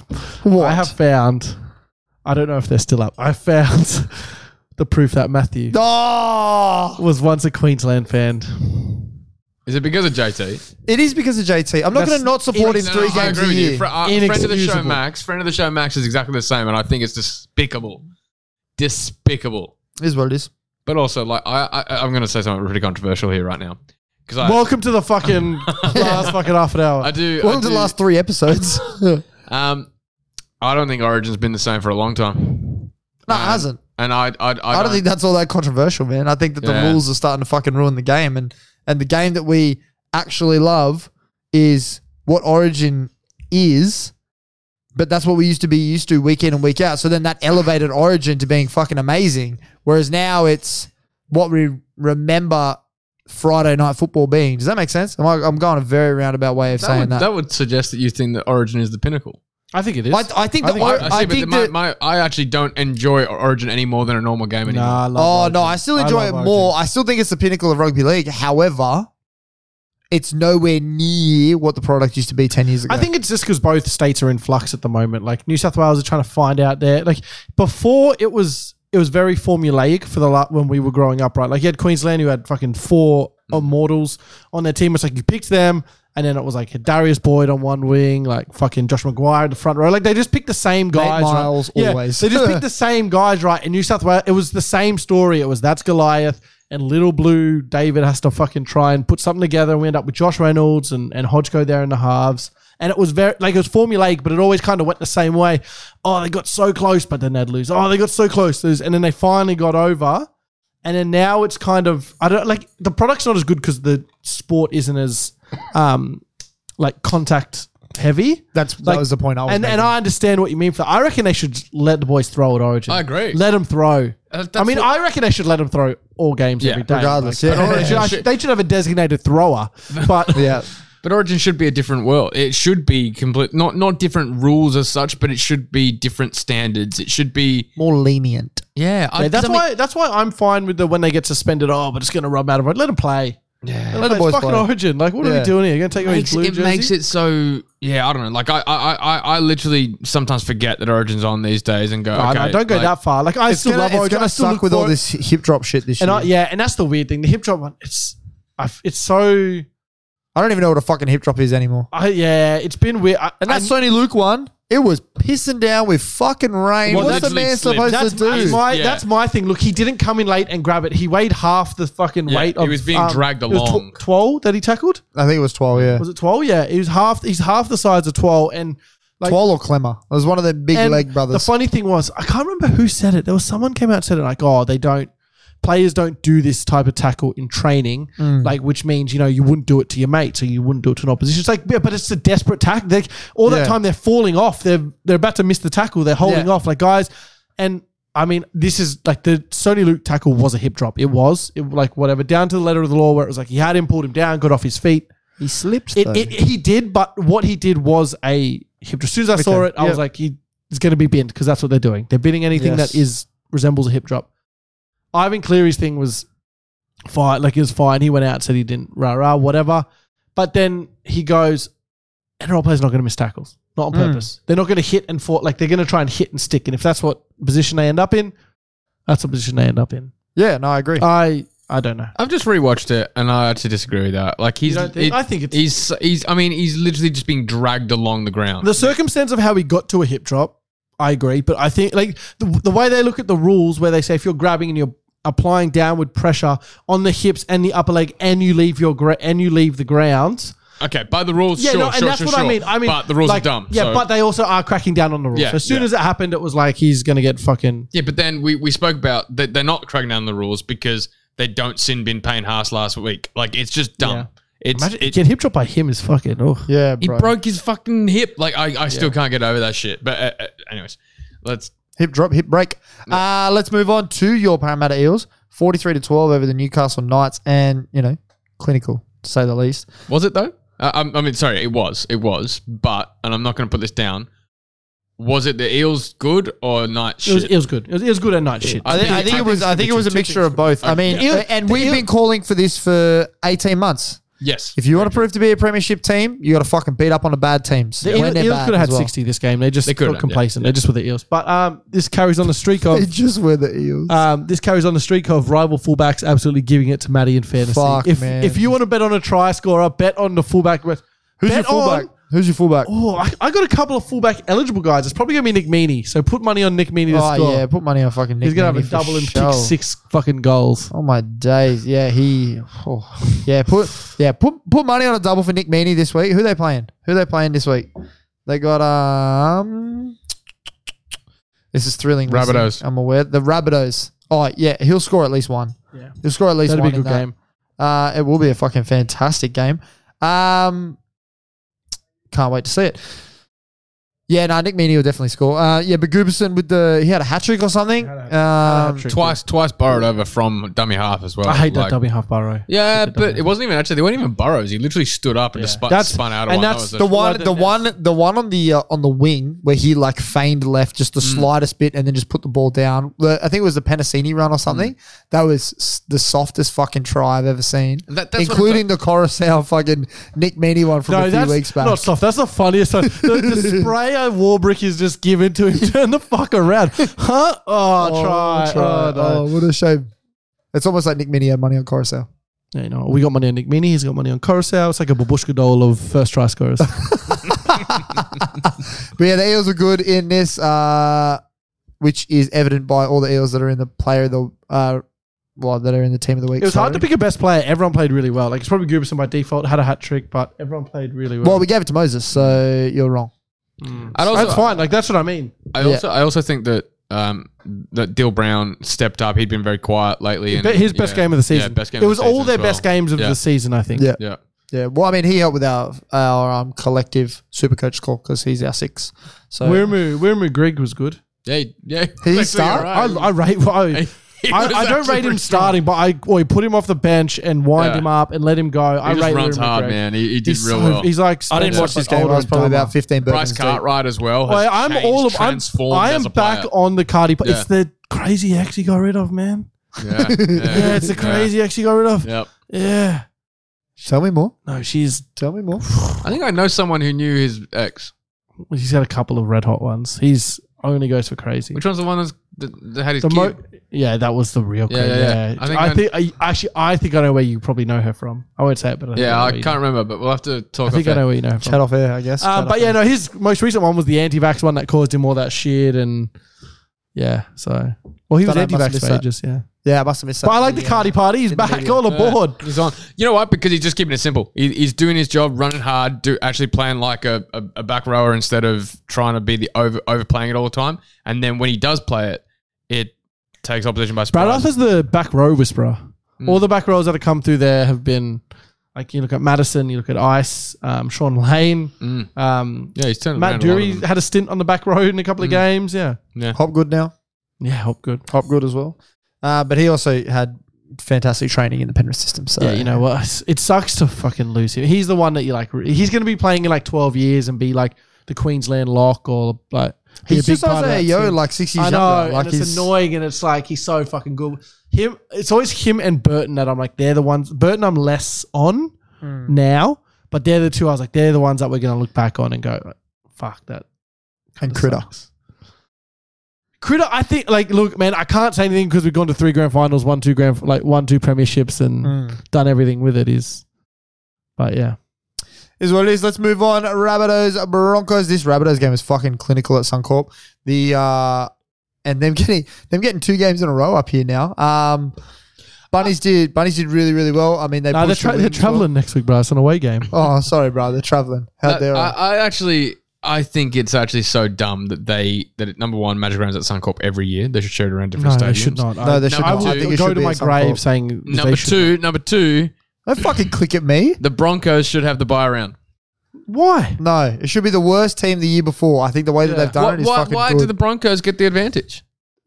What? I have found. I don't know if they're still up. I found the proof that Matthew Oh, was once a Queensland fan. Is it because of JT? it is because of JT. I'm not That's- going to not support him it's- three No, I games a agree with year. you. Fr- uh, friend of the show, Inexcusable. Max. Friend of the show, Max is exactly the same, and I think it's despicable, despicable. is what it is. But also, like, I, I I'm going to say something pretty controversial here right now because I Welcome to the fucking last fucking half an hour. I do. I Welcome to do- the last three episodes. no, it Um, I don't think Origin's been the same for a long time, hasn't. and I I, I, I don't, think that's all that controversial, man. I think that the Yeah. rules are starting to fucking ruin the game, and and the game that we actually love is what Origin is, but that's what we used to be used to week in and week out. So then that elevated Origin to being fucking amazing, whereas now it's what we remember Friday night football being. Does that make sense? Am I, I'm going a very roundabout way of that saying would, that. that would suggest that you think that Origin is the pinnacle. I think it is. I, I think that think- I, I, I see, I but think my, that. my, I actually don't enjoy Origin any more than a normal game anymore. Nah, I love Oh Origin. no, I still enjoy love it Origin. more. I still think it's the pinnacle of rugby league. However, it's nowhere near what the product used to be ten years ago. I think it's just because both states are in flux at the moment. Like New South Wales are trying to find out there. Like before, it was it was very formulaic for the la- when we were growing up, right? Like you had Queensland who had fucking four Mm. immortals on their team. It's like you picked them, and then it was like Darius Boyd on one wing, like fucking Josh McGuire in the front row. Like they just picked the same guys. right? Miles Yeah, always. they just picked the same guys, right? In New South Wales, it was the same story. It was that's Goliath. And little blue David has to fucking try and put something together. And we end up with Josh Reynolds and, and Hodgko there in the halves. And it was very, like, it was formulaic, but it always kind of went the same way. Oh, they got so close, but then they'd lose. Oh, they got so close. They'd lose. And then they finally got over. And then now it's kind of, I don't like, the product's not as good because the sport isn't as, um, like, contact heavy that's that like- was the point I was. and, and making. I understand what you mean for that. I reckon they should let the boys throw at Origin. I agree. Let them throw. Uh, that's I mean, what- I reckon they should let them throw all games Yeah, every day. regardless, Like, yeah. but Origin- I should- they should have a designated thrower. But yeah, But Origin should be a different world. It should be complete, not not different rules as such, but it should be different standards. It should be more lenient. Yeah, I, Yeah, 'cause that's I mean- why. That's why I'm fine with the when they get suspended. Oh, but it's going to rub out of it. Let them play. Yeah. Let the It's boys fucking play. Origin. Like, what are Yeah. we doing here? You're going to take away his makes, blue it jersey. makes it so yeah i don't know like I, I i i literally sometimes forget that origin's on these days and go Oh, okay no, don't go like- that far. Like, I It's still gonna, love it's Origin. gonna I still suck look with all forward- this hip drop shit this And year. I, yeah, and that's the weird thing. The hip drop one. It's, I, it's so. I don't even know what a fucking hip drop is anymore. I, yeah, it's been weird. I, And that I- Sony Luke one, it was pissing down with fucking rain. Well, What's that's the man league slip. supposed That's, to do? that's my Yeah. that's my thing. Look, he didn't come in late and grab it. He weighed half the fucking Yeah, weight. he of, um, was being dragged it was tw- along. Twelve that he tackled I think it was twelve. Yeah, was it twelve? Yeah, he was half. He's half the size of twelve, and like twelve or Clemmer. It was one of the big and leg brothers. The funny thing was, I can't remember who said it. There was someone came out and said it like, oh, they don't players don't do this type of tackle in training, Mm. like which means you know you wouldn't do it to your mate, so you wouldn't do it to an opposition. It's like, yeah, but it's a desperate tackle. They, all that Yeah. time they're falling off. They're they're about to miss the tackle. They're holding Yeah. off, like guys, and. I mean, this is like the Sony Luke tackle was a hip drop. It was, it, like whatever, down to the letter of the law, where it was like he had him, pulled him down, got off his feet. he slipped. It, it, he did, but what he did was a hip drop. As soon as I saw Okay, it, I was yeah. like, he, it's going to be binned because that's what they're doing. They're binning anything Yes. that is resembles a hip drop. Ivan Cleary's thing was fine. Like, it was fine. He went out, said he didn't, rah, rah, whatever. But then he goes, NRL players are not going to miss tackles. Not on Mm. purpose. They're not going to hit and fall. Like, they're going to try and hit and stick. And if that's what position they end up in, that's the position they end up in. yeah, no, I agree. I I don't know. I've just rewatched it and I actually disagree with that. Like he's, You don't think- it- I think it's- he's, he's. I mean, he's literally just being dragged along the ground. The circumstance of how he got to a hip drop, I agree. But I think like the, the way they look at the rules, where they say if you're grabbing and you're applying downward pressure on the hips and the upper leg, and you leave your gra- and you leave the ground. okay, by the rules, Yeah, sure, no, and sure, that's sure, what I sure. mean. I mean, but the rules are like, dumb. Yeah, so- but they also are cracking down on the rules. Yeah, so as soon yeah. as it happened, it was like he's gonna get fucking. yeah, but then we we spoke about that they're not cracking down the rules because they don't sin bin Payne Haas last week. Like it's just dumb. It's Imagine it- get hip dropped by him is fucking. Oh, yeah, he bro. broke his fucking hip. Like I, I still can't get over that shit. But uh, uh, anyways, let's hip drop, hip break. Uh, let's move on to your Parramatta Eels, forty-three to twelve over the Newcastle Knights, and you know, clinical to say the least. Was it though? Uh, I'm- I mean, sorry, it was. It was. But, and I'm not going to put this down. Was it the Eels good or night it was, shit? it was good. It was, it was good at night shit. I think, I think it was. I think it was a mixture of both. I mean, Yeah. and we've been calling for this for eighteen months. yes. If you want to prove to be a premiership team, you got to fucking beat up on the bad teams. The when Eels, they're bad could have had as well. 60 this game. They just They they could have, got yeah. complacent. They just were the Eels. But um, this carries on the streak of They just were the Eels. Um, this carries on the streak of rival fullbacks absolutely giving it to Matty in fantasy. Fuck, if man. if you want to bet on a try scorer, bet on the fullback. Bet, Who's your bet fullback? on- Who's your fullback? oh, I, I got a couple of fullback eligible guys. It's probably gonna be Nick Meaney. So put money on Nick Meaney to Oh, score. yeah, put money on fucking Nick. He's gonna Meaney have a for double and sure. pick six fucking goals. Oh my days! Yeah, he. oh. Yeah, put yeah put put money on a double for Nick Meaney this week. Who they playing? Who they playing this week? They got um. This is thrilling. listening. Rabbitohs. I'm aware the Rabbitohs. Oh yeah, he'll score at least one. Yeah. he'll score at least That'd be one. a good in that. game. Uh, it will be a fucking fantastic game. Um, can't wait to see it. Yeah, no, Nick Meaney will definitely score. Uh, yeah, but Gooberson with the he had a hat trick or something. Had a- had Um, hat-trick. Twice, twice borrowed over from dummy half as well. I hate that Like- W half barrow. Yeah, dummy but it half. wasn't even actually. They weren't even borrows. He literally stood up and just spun, That's- spun out. Of one. and That that's was a- the one, Well, the then one, the one on the uh, on the wing where he like feigned left just the Mm. slightest bit and then just put the ball down. The- I think it was the Penasini run or Mm. something. That was s- the softest fucking try I've ever seen, And that- that's what I'm including the Coruscant fucking Nick Meaney one from No, a few that's weeks back. not soft. That's the funniest. one. The, the spray of Warbrick is just given to him. Turn the fuck around, huh? Oh, try, Oh, no. Oh, what a shame! It's almost like Nick Meaney had money on Coruscant. Yeah, you know, we got money on Nick Meaney. He's got money on Coruscant. It's like a babushka doll of first try scorers. But yeah, the Eels are good in this, uh, which is evident by all the Eels that are in the player of the uh, well that are in the team of the week. it was hard to sorry. pick a best player. Everyone played really well. Like it's probably Gooberson by default had a hat trick, but everyone played really well. Well, we gave it to Moses, so you're wrong. I'd also- that's fine. Like that's what I mean. I also, I also think that um, that Dill Brown stepped up. He'd been very quiet lately. And, But his best yeah. game of the Yeah, season. best game it of was the all season their as well. best games of Yeah. the season. I think. Yeah. Yeah. Yeah, well, I mean, he helped with our our um, collective super coach call because he's our six. So Wirmu, Wirmu Greg was good. Yeah. Yeah. he Actually, start. alright. I, I rate. I, He I, was I don't actually rate him pretty strong. starting, but I well, he put him off the bench and wind Yeah. him up and let him go. He I just rate runs Wirmu hard, Greg. man. He, he did He's real so- well. He's like I didn't watch this game. older I was and probably dumber. about fifteen. Bryce burpees deep. Cartwright as well. has Well, I'm changed, all of, I'm, transformed I as am a back player. on the Cardi. It's Yeah. the crazy axe he got rid of, man. Yeah, Yeah, it's the crazy axe he got rid of. Yeah. Yep. Tell me more. No, she's Tell me more. I think I know someone who knew his ex. he's got a couple of red hot ones. He's only goes for crazy. Which one's the one that's, that, that had his The kid? mo- yeah, that was the real. Yeah, crazy. yeah, yeah. I think I I- think, I actually I think I know where you probably know her from. I won't say it, but I think yeah, know I where you- can't remember, but we'll have to talk. I think I off air. know where you know her from. Chat off air, I guess. Uh, Chat but off yeah, air. no, his most recent one was the anti-vax one that caused him all that shit, and yeah, so well, he was Don't know, must anti-vax miss for that. ages, yeah. yeah, I must have missed that. But I like the Yeah. Cardi party. He's In the back media. all aboard. Yeah, he's on. You know what? Because he's just keeping it simple. He, he's doing his job, running hard, do actually playing like a, a, a back rower instead of trying to be the over overplaying it all the time. And then when he does play it, it takes opposition by surprise. Bradoff is the back row whisperer. All the back rows that have come through there have been like you look at Madison, you look at Ice, um, Sean Lane, um, Mm. yeah, he's turning Matt around a lot of Dury them. had a stint on the back row in a couple of games. Yeah, Hopgood now. yeah, help good. Hopgood as well. Uh, but he also had fantastic training in the Penrith system. So Yeah, you know what? It's- It sucks to fucking lose him. He's the one that you like. re- He's going to be playing in like twelve years and be like the Queensland lock or like. be He's a big just part of Isaiah that Yo, team. like six years I know, younger. Like and it's he's annoying, and it's like he's so fucking good. Him, it's always him and Burton that I'm like they're the ones. Burton, I'm less on now, but they're the two. I was like they're the ones that we're gonna look back on and go, like, fuck that. and critter. sucks. Critter, I think like look, man, I can't say anything because we've gone to three grand finals, one two grand like one two premierships, and Mm. done everything with it. Is, but yeah, is what it is. Let's move on. Rabbitohs Broncos. This Rabbitohs game is fucking clinical at Suncorp. The uh, and them getting them getting two games in a row up here now. Um, Bunnies did Bunnies did really really well. I mean they no, they're, pushed the tra- they're Williams well. traveling next week, bro. It's an away game. Oh, sorry, bro. They're traveling. How That- dare I? I, I actually, I think it's actually so dumb that they that it, number one, Magic Rounds at Suncorp every year. They should show it around No, different they stadiums. should not. No, they should I not. will I think it go should to be my at some point. grave saying they Number should two, number two, Don't fucking click at me. the Broncos should have the buy round. Why? No, it should be the worst team the year before. I think the way that Yeah. they've done Why, it is why, fucking why good. do the Broncos get the advantage?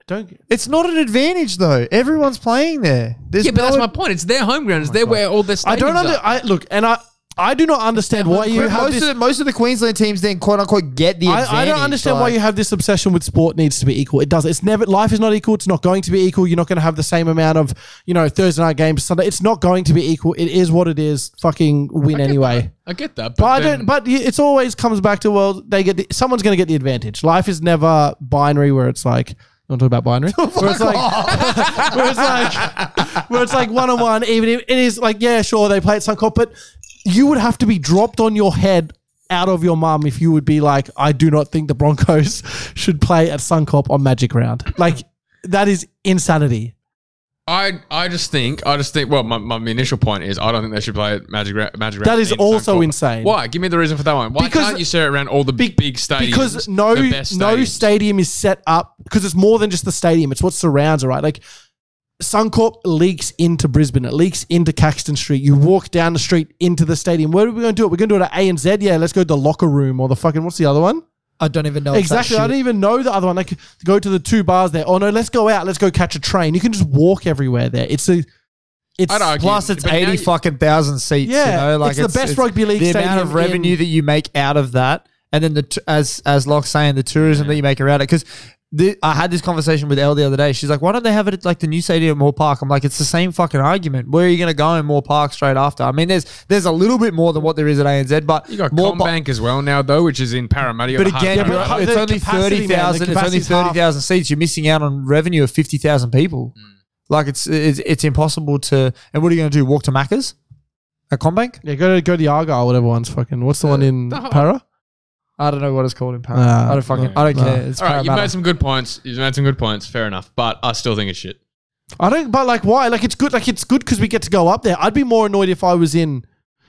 Don't. it's not an advantage though. Everyone's playing there. There's yeah, but that's no- my point. It's their home ground. It's their where all their stadiums Oh I don't under. are. I look, and I I do not understand why you have most of this. the, most of the Queensland teams then quote unquote get the advantage. I, I don't understand like- why you have this obsession with sport needs to be equal. It does. It's never. Life is not equal. It's not going to be equal. You're not going to have the same amount of you know Thursday night games Sunday. It's not going to be equal. It is what it is. Fucking win anyway. I get that, but, But I then- don't. But it's always comes back to well, they get the, someone's going to get the advantage. Life is never binary, where it's like you want to talk about binary, where it's like, where it's like, where it's like one on one. Even if it is like, yeah, sure, they play at Suncorp, but you would have to be dropped on your head out of your mum if you would be like, I do not think the Broncos should play at Suncorp on Magic Round. Like that is insanity. I I just think I just think well my, my initial point is I don't think they should play at Magic Ra- Magic That Round is in also Suncorp. insane. Why? Give me the reason for that one. Why Because- can't you share it around all the Be- big stadiums? because no the best no stadiums? stadium is set up because it's more than just the stadium it's what surrounds it right like Suncorp leaks into Brisbane. It leaks into Caxton Street. You walk down the street into the stadium. Where are we going to do it? We're going to do it at A and Z. Yeah, let's go to the locker room or the fucking what's the other one? I don't even know if that exactly. I shit- don't even know the other one. Like go to the two bars there. Oh no, let's go out. Let's go catch a train. You can just walk everywhere there. It's a it's I'd argue- Plus, it's But now eighty you- fucking thousand seats. you Yeah, know, like it's the best rugby league The amount of stadium revenue in- that you make out of that, and then the t- as as Locke's saying, the tourism that you make around it. Because I had this conversation with Elle the other day. She's like, "Why don't they have it at like the new stadium at Moore Park?" I'm like, "It's the same fucking argument. Where are you going to go in Moore Park straight after?" I mean, there's there's a little bit more than what there is at ANZ, but you got Moore Park- Combank as well now though, which is in Parramatta. But at again, Hard you're- Parramatta. but it's the only capacity, thirty man, thousand. It's the only capacity's half. thirty thousand seats. You're missing out on revenue of fifty thousand people. Like it's, it's it's impossible to. And what are you going to do? Walk to Macca's at Combank? yeah. Go to go to the Argyle, whatever one's fucking. What's the one in the- Para? I don't know what it's called in Paris. Nah, I don't fucking. nah, I don't nah. care. It's all right, you Parramatta. made some good points. You've made some good points. Fair enough, but I still think it's shit. I don't, but like, why? Like, it's good. Like, it's good because we get to go up there. I'd be more annoyed if I was in,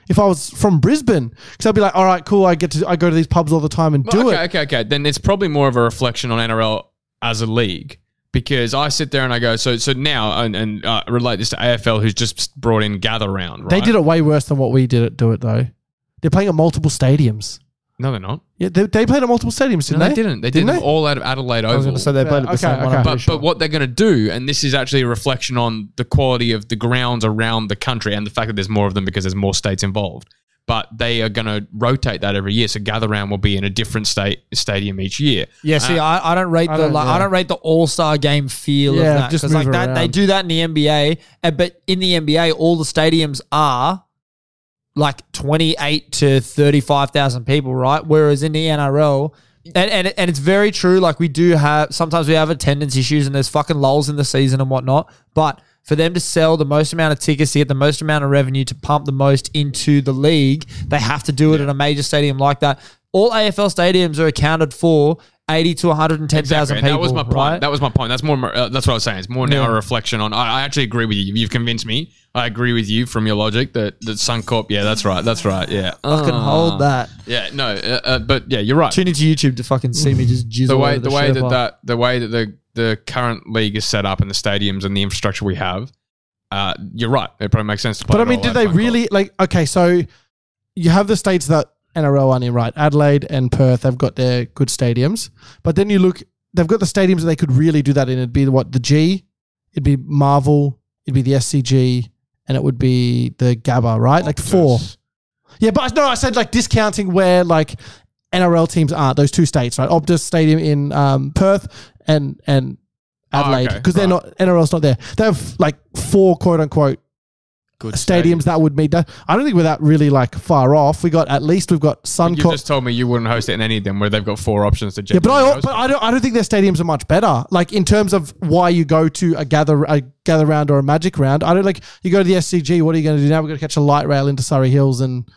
if I was from Brisbane, because I'd be like, all right, cool. I get to, I go to these pubs all the time and Well, do okay, it. okay, okay. Then it's probably more of a reflection on NRL as a league because I sit there and I go, so so now and, and uh, relate this to AFL, who's just brought in Gather Round. Right? They did it way worse than what we did it. Do it though. They're playing at multiple stadiums. No, they're not. Yeah, they, they played at multiple stadiums, didn't No, they? they didn't. They did Didn't them they? all out of Adelaide I was going Oval. to say they Yeah, played at the okay, same one. okay. I'm but pretty sure. but what they're going to do, and this is actually a reflection on the quality of the grounds around the country and the fact that there's more of them because there's more states involved. But they are going to rotate that every year. So Gather Round will be in a different state stadium each year. Yeah, see, Ah. I, I don't rate I the don't- like, yeah. I don't rate the All Star Game feel Yeah, of that just because like move that they around. do that in the NBA, eh, uh, but in the NBA, all the stadiums are like twenty eight to thirty five thousand people, right? Whereas in the NRL. And, and, and it's very true. Like, we do have sometimes we have attendance issues and there's fucking lulls in the season and whatnot. But for them to sell the most amount of tickets to get the most amount of revenue to pump the most into the league, they have to do it at a major stadium like that. All AFL stadiums are accounted for 80 to 110,000 Exactly. And people. That was my point. right? That was my point. That's more. Uh, that's what I was saying. It's more now a reflection on. I, I actually agree with you. You've convinced me. I agree with you from your logic that that Suncorp. Yeah, that's right. That's right. Yeah. Uh. fucking Ah. hold that. Yeah. No. Uh, uh, but yeah, you're right. Tune into YouTube to fucking see me just jizz the all way over the, way that, Sherpa. that the way that the the current league is set up and the stadiums and the infrastructure we have. Uh, you're right. It probably makes sense to play. But I it mean, all did at they Suncorp. really like? Okay, so you have the states that NRL aren't in, right? Adelaide and Perth have got their good stadiums, but then you look, they've got the stadiums that they could really do that in. It'd be the- what the G, it'd be Marvel, it'd be the SCG, and it would be the Gabba, right? Like four. Yeah, but no, I said like discounting where like NRL teams aren't those two states, right? Optus Stadium in um, Perth and and Oh, Adelaide okay, because they're right. not NRL's not there. They have like four quote unquote Good stadiums that would meet that. I don't think we're that really like far off. We got at least we've got You Suncorp. just told me you wouldn't host it in any of them where they've got four options to. Yeah, but I but I don't I don't think their stadiums are much better. Like in terms of why you go to a gather a gather round or a magic round. I don't like you go to the SCG. What are you going to do now? We're going to catch a light rail into Surrey Hills and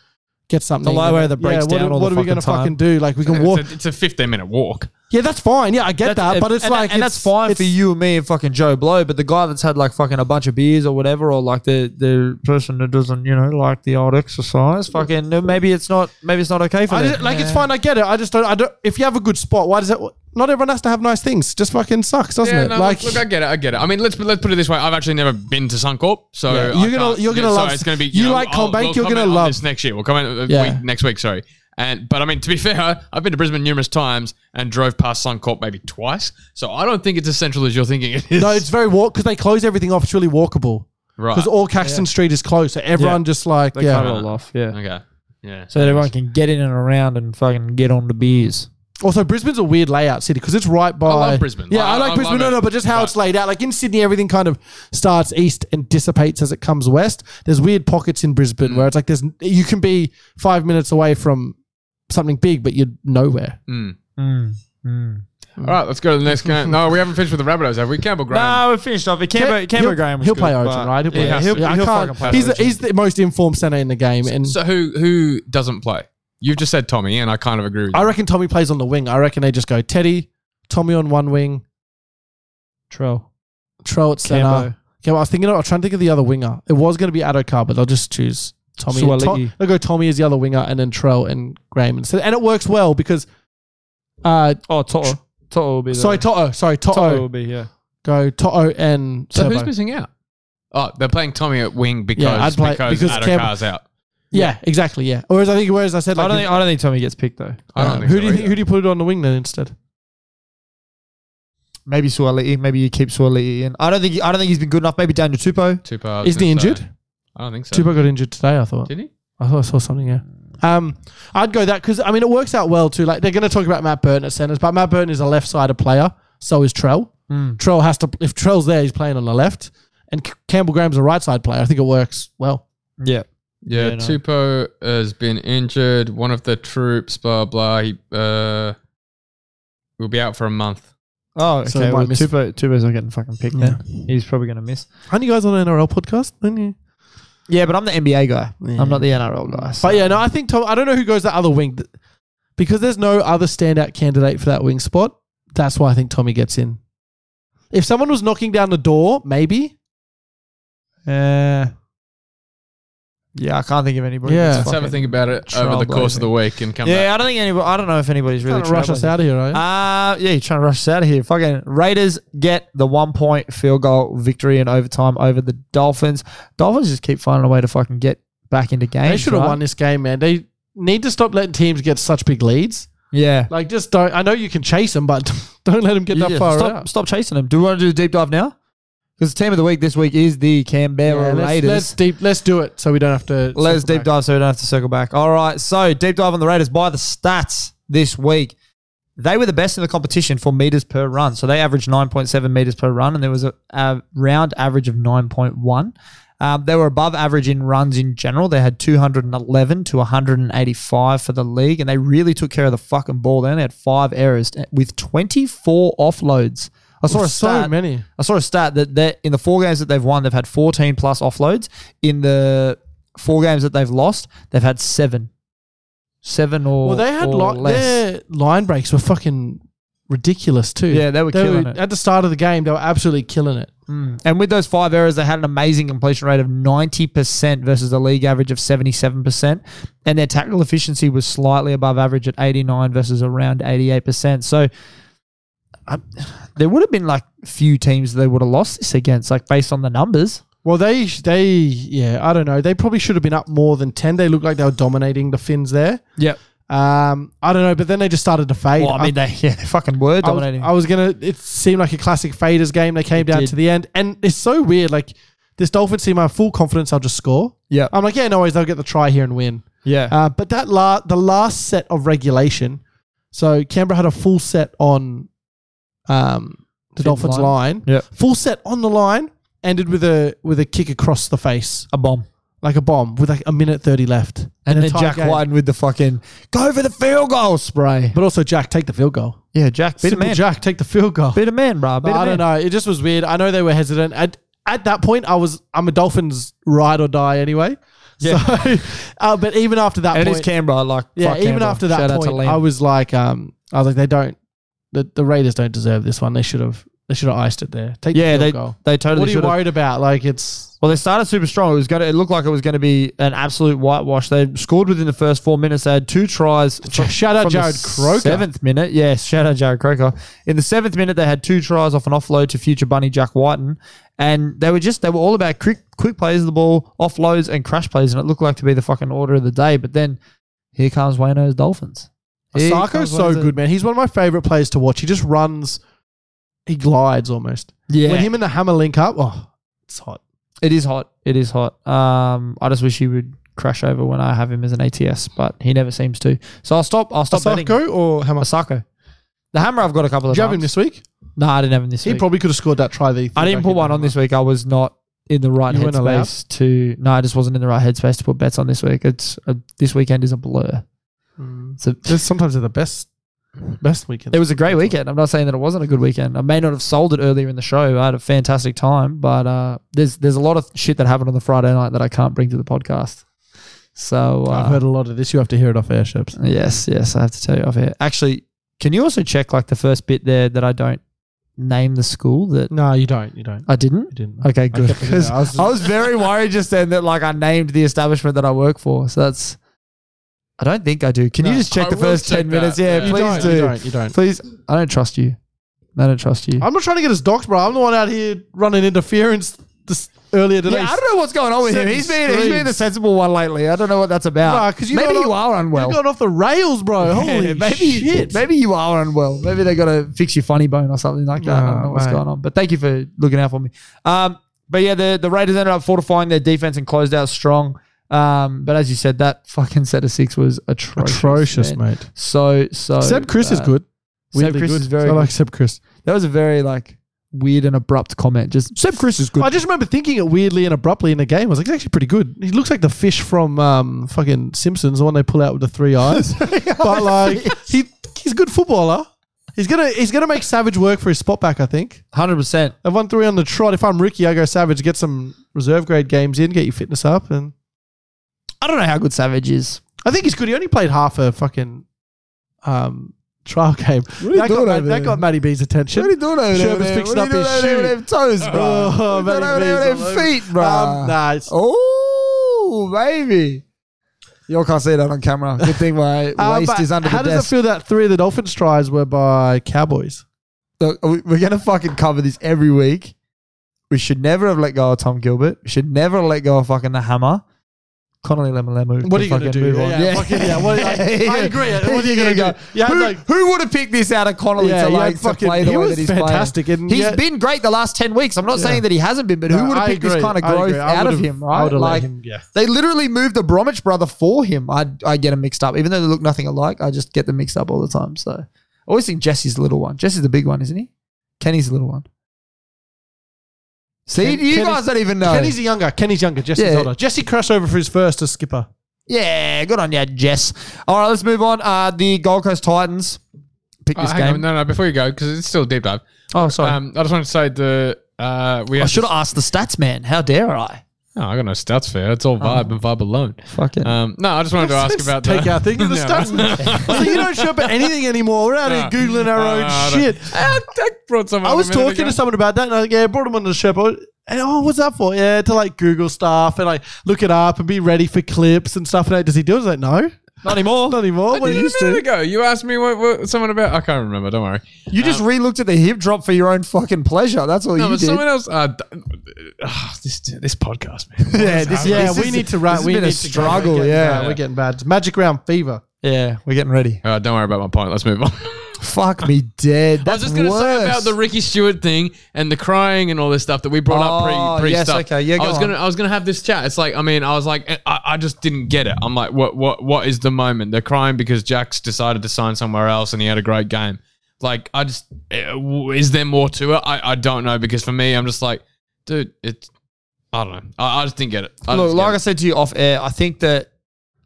get something. light rail that breaks what, down are- all the What are we gonna fucking time. fucking do? Like we can walk. It's a, it's a 15 minute walk. Yeah, that's fine. Yeah, I get That's- that, but it's and, like and it's- that's fine for it's- you and me and fucking Joe Blow, but the guy that's had like fucking a bunch of beers or whatever, or like the the person that doesn't you know like the old exercise, fucking no, maybe it's not maybe it's not okay for I them. just, like it's fine. I get it. I just don't. I don't. If you have a good spot, why does it? Not everyone has to have nice things. Just fucking sucks, doesn't Yeah, it? no, like, look, look, I get it, I get it. I mean, let's let's put it this way: I've actually never been to Suncorp, so Yeah, I you're gonna- can't- you're gonna yeah, love- So it's gonna be you know, like I'll- Combank, we'll you're gonna comment on love- this next year. We'll comment uh, Yeah. week, next week. Sorry, and but I mean, to be fair, I've been to Brisbane numerous times and drove past Suncorp maybe twice, so I don't think it's as central as you're thinking it is. no, it's very walk because they close everything off. It's really walkable right. because all Caxton Street is closed, so everyone just like They cut it yeah. all off, yeah. okay, yeah. So that everyone can get in and around and fucking get on the beers. Also, Brisbane's a weird layout city because it's right by. love Brisbane. Yeah, I- I, I like love Brisbane. No, it. no, but just how But- it's laid out. Like in Sydney, everything kind of starts east and dissipates as it comes west. There's weird pockets in Mm. Brisbane where it's like there's you can be five minutes away from something big, but you're nowhere. Hmm. Mm, all right, let's go to the next game. No, we haven't finished with the Rabbitohs, have we? Campbell Graham. No, we finished off. It Camber, Camber he'll, Graham was he'll good, play Origin, but- right? He'll play yeah, Origin. he'll- Yeah, I he'll can't- fucking play he's, the, Origin. he's the most informed center in the game, and So who who doesn't play? You've just said Tommy, and I kind of agree with you. I reckon Tommy plays on the wing. I reckon they just go Teddy, Tommy on one wing, Trell. Trell at center. Cambo. Okay, uh, well, I was thinking. I was trying to think of the other winger. It was going to be Adokar, but they'll just choose Tommy. Suwaliki. Tom- they'll go Tommy as the other winger, and then Trell and Graham. And, so, and it works well because, uh, Oh, Toto. Toto will be there. sorry, Toto, sorry, Toto will Toto, be yeah. go Toto and so Turbo. who's missing out? Oh, they're playing Tommy at wing because Yeah, I'd play- because, because Campbell- Adekar's out. yeah, exactly, yeah. Whereas I think, whereas I said, like, I don't think I don't think Tommy gets picked though. I don't um, think who so do you either. think, who do you put it on the wing then instead? Maybe Sualii. Maybe you keep Sualii in. I don't think. I don't think he's been good enough. Maybe Daniel Tupo. Two parts. Isn't he and so- injured? I don't think so. Tupo got injured today. I thought. Did he? I thought I saw something. Yeah. Um, I'd go that because I mean it works out well too. Like they're going to talk about Matt Burton at centers, but Matt Burton is a left-sided player. So is Trell. Trell has to if Trell's there, he's playing on the left, and C- Campbell Graham's a right-side player. I think it works well. Yeah. Yeah, no. Tupo has been injured. One of the troops, blah blah. He uh, will be out for a month. Oh, okay. So he might well, miss- Tupo, Tupo's not getting fucking picked now. He's probably going to miss. Aren't you guys on an NRL podcast? Aren't you? Yeah, but I'm the NBA guy. I'm not the NRL guy. so- But yeah, no, I think Tom. I don't know who goes that other wing Th- because there's no other standout candidate for that wing spot. That's why I think Tommy gets in. If someone was knocking down the door, maybe. Yeah. Yeah, I can't think of anybody. Yeah. that's Let's Let's have a fucking- think about it over the trouble, course of the week and come Yeah, back. I don't think anybody. I don't know if anybody's really Trying to rush us troubling. out of here, right? Uh, yeah, you're trying to rush us out of here. Fucking Raiders get the one point field goal victory in overtime over the Dolphins. Dolphins just keep finding a way to fucking get back into games. They should have right? won this game, man. They need to stop letting teams get such big leads. Yeah. Like, just don't. I know you can chase them, but don't let them get You that just- far stop, out. stop chasing them. Do we want to do a deep dive now? Because the team of the week this week is the Canberra Yeah, let's, Raiders. let's deep. Let's do it so we don't have to. Let's circle deep back. dive so we don't have to circle back. All right. So, deep dive on the Raiders by the stats this week. They were the best in the competition for meters per run. So, they averaged 9.7 meters per run, and there was a, a round average of 9.1. Um, they were above average in runs in general. They had 211 to 185 for the league, and they really took care of the fucking ball. They only had five errors eh, with 24 offloads. I saw a So stat. many. I saw a stat that they in the four games that they've won, they've had 14 plus offloads. In the four games that they've lost, they've had seven. Seven or Well, they had or like less. their line breaks were fucking ridiculous too. Yeah, they were killing it. at the start of the game. They were absolutely killing it. Mm. And with those five errors, they had an amazing completion rate of 90% versus the league average of 77%. And their tackle efficiency was slightly above average at 89 versus around 88%. So I, there would have been like few teams they would have lost this against, like based on the numbers. Well, they they yeah, I don't know. They probably should have been up more than ten. They looked like they were dominating the Finns there. Yep. Um, I don't know, but then they just started to fade. Well, I mean, they, yeah, they fucking were I was- dominating. I was, gonna. It seemed like a classic faders game. They came down did. to the end, and it's so weird. Like this Dolphins team, I have full confidence. I'll just score. Yeah. I'm like, yeah, no worries. They'll get the try here and win. yeah. Uh, but that la- the last set of regulation, so Canberra had a full set on um, the Dolphins line. Yep. Full set on the line ended with a with a kick across the face, a bomb. like a bomb, with like a minute thirty left. And An then entire Jack game. Whiten with the fucking go for the field goal spray. But also Jack, take the field goal. Yeah, Jack bit a Simple man. Jack, take the field goal. Bit a man, bro. Bit But a I man. don't know. It just was weird. I know they were hesitant. At, at that point, I was I'm a Dolphins ride or die anyway. So, uh, but even after that And it point, is Canberra. Like, yeah, fuck even Canberra. after that Shout out to point, Liam. I was like, um, I was like, they don't, the, the Raiders don't deserve this one. They should have, they should have iced it there. Take yeah, the they field goal. they totally. What are you should've- worried about? Like it's Well, they started super strong. It was going to. It looked like it was going to be an absolute whitewash. They scored within the first four minutes. They had two tries. fr- shout out from the Jared Croker. Seventh minute, yes. Shout out Jared Croker. In the seventh minute, they had two tries off an offload to future bunny Jack Whiten, and they were just they were all about quick quick plays of the ball, offloads and crash plays, and it looked like to be the fucking order of the day. But then here comes Wayno's Dolphins. Here Sarko's comes so Wayno's- good, man. He's one of my favorite players to watch. He just runs, he glides almost. Yeah, When him and the hammer link up, oh, it's hot. It is hot. It is hot. Um, I just wish he would crash over when I have him as an ATS, but he never seems to. So I'll stop. I'll stop betting. Sarko or hammer? Asako. The hammer I've got a couple of. Did you have him times. this week? No, I didn't have him this He week. probably could have scored that try. That he I didn't put one on this week. I was not in the right You weren't allowed? headspace to. No, I just wasn't in the right headspace to put bets on this week. It's uh, this weekend is a blur. So Sometimes Mm. they're the best, best weekend. it was a great weekend. I'm not saying that it wasn't a good weekend. I may not have sold it earlier in the show. I had a fantastic time, but uh, there's there's a lot of shit that happened on the Friday night that I can't bring to the podcast. So uh, I've heard a lot of this. You have to hear it off airships. Yes, yes, I have to tell you off air. Actually, can you also check like the first bit there that I don't name the school that No, you don't. You don't. I didn't? You didn't. Okay, good. kept it 'Cause in. I, I was- was, very worried just then that like I named the establishment that I work for. So that's I don't think I do. Can you No. just check I the will first check ten minutes? that, Yeah, yeah. You please don't, do. You don't. You don't. Please I don't trust you. I don't trust you. I'm not trying to get us docked, bro. I'm the one out here running interference this earlier today. yeah, I don't know what's going on with him. Seven He's been he's been screens. the sensible one lately. I don't know what that's Nah, about. 'cause you maybe got you off- are unwell. You've gone off the rails, bro. Holy Yeah, maybe, shit. Maybe you are unwell. Maybe they got to fix your funny bone or something like that. I don't Nah, know what's mate. going on. But thank you for looking out for me. Um, but yeah, the, the Raiders ended up fortifying their defense and closed out strong. Um, but as you said, that fucking set of six was atrocious. Atrocious, man. mate. So so. Seb Chris is bad. good. Seb Weirdly Chris good. is very I like good. Seb Chris. That was a very like weird and abrupt comment. Just Seb Chris is good. I just remember thinking it weirdly and abruptly in the game. I was like, he's actually pretty good. He looks like the fish from um, fucking Simpsons, the one they pull out with the three eyes. but like, he he's a good footballer. He's gonna he's gonna make Savage work for his spot back. I think. Hundred percent. I've won three on the trot. If I'm rookie, I go Savage. Get some reserve grade games in. Get your fitness up, and I don't know how good Savage is. I think he's good. He only played half a fucking um, trial game. you doing that, got, over Mad- there? that got Matty B's attention. What are you doing over there? Sherman's man? fixing what up are you his doing over there with them toes, bro? Oh, What are you doing Matty over there B's with all them over. feet, bro? Um, nah, it's, Oh, baby. Y'all can't see that on camera. Good thing my Uh, waist but is under how the does desk. it feel that three of the Dolphins tries were by Cowboys? Look, we- we're going to fucking cover this every week. We should never have let go of Tom Gilbert. We should never have let go of fucking the hammer. Connolly Lemelemu. to What are you gonna fucking do? move on. Yeah, fucking- yeah. What, I, I agree. What are you gonna go? Yeah, who, like, who would have picked this out of Connolly Yeah, to yeah, like fucking- to play the he way was that he's fantastic, playing? and He's yet- been great the last ten weeks. I'm not saying that he hasn't been, but No, who would I have picked agree. this kind of I agree. growth I out of would've- him? I Right? would've let like him- yeah. they literally moved the Bromwich brother for him. I I get him mixed up, even though they look nothing alike. I just get them mixed up all the time. So I always think Jesse's the little one. Jesse's the big one, isn't he? Kenny's the little one. See, Ken- you Kenny's- guys don't even know. Kenny's younger. Kenny's younger. Jesse's Yeah. older. Jesse crashed over for his first as skipper. Yeah, good on you, Jess. All right, let's move on. Uh, the Gold Coast Titans pick Oh, this hang on. game. No, no, before you go, because it's still a deep dive. Oh, sorry. Um, I just wanted to say the uh, we I Oh, have should have asked the stats man. How dare I? No, I got no stats for you. It's all Oh. vibe and vibe alone. Fuck it. Um, no, I just wanted to ask about Take the, our thing. The No. stats. so you don't show up at anything anymore. We're out here No. googling our No, own Uh, no, I don't- shit. I, I brought someone. I was talking to someone about that, and I yeah, brought him on the show. But, and oh, what's that for? Yeah, to like Google stuff and like look it up and be ready for clips and stuff. And like, does he do it? I was like, no, not anymore, not anymore. What What he used a minute to? ago, you asked me what, what someone about. I can't remember. Don't worry. you Um, just re-looked at the hip drop for your own fucking pleasure. That's all No, you but did. someone else. Uh, d- ah, this this podcast, man. yeah, this, Yeah, this we is- need to wrap. This We has been need a to go. Uh, struggle. We're getting yeah, bad. we're getting bad. It's Magic round fever. yeah, we're getting ready. Uh, don't worry about my point. Let's move on. Fuck me dead. I That's was just going to say worse. about the Ricky Stewart thing and the crying and all this stuff that we brought Oh, up pre pre yes, stuff. okay, yeah, go I was on. gonna I was gonna have this chat. It's like I mean I was like I, I just didn't get it. I'm like what what what is the moment? They're crying because Jack's decided to sign somewhere else and he had a great game. Like I just eh, w- is there more to it? I, I don't know because for me I'm just like dude it's I don't know I, I just didn't get it. I Look, just like get I it. said to you off air, I think that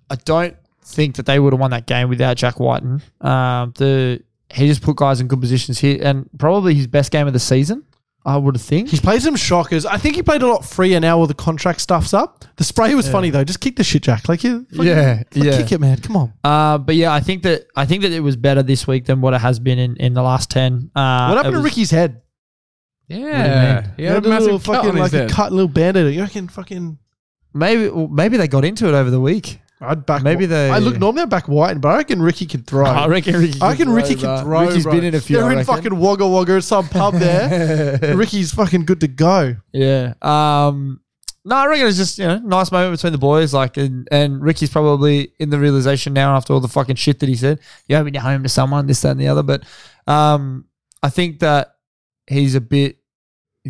I don't think that they would have won that game without Jack Whiten. Um, the he just put guys in good positions here, and probably his best game of the season, I would think. He's played some shockers. I think he played a lot free, and now all the contract stuff's up. The spray was funny though. Just kick the shit, Jack. Like you, Yeah, yeah. kick it, man. Come on. Uh, but yeah, I think that I think that it was better this week than what it has been in, in the last ten. Uh, what happened it to was- Ricky's head? yeah he had a little massive cut fucking on his like head. a cut little bandit. You reckon fucking? Maybe well, maybe they got into it over the week. I'd back. Maybe they- I look normally I back White, but I reckon Ricky can throw. reckon Ricky. I reckon Ricky can throw. Ricky's bro. been in a few. They're I in reckon. fucking Wagga Wagga at some pub there. Ricky's fucking good to go. Yeah. Um. No, I reckon it's just you know nice moment between the boys. Like, and, and Ricky's probably in the realization now after all the fucking shit that he said. You're hoping you're home to someone, this, that, and the other. But, um, I think that he's a bit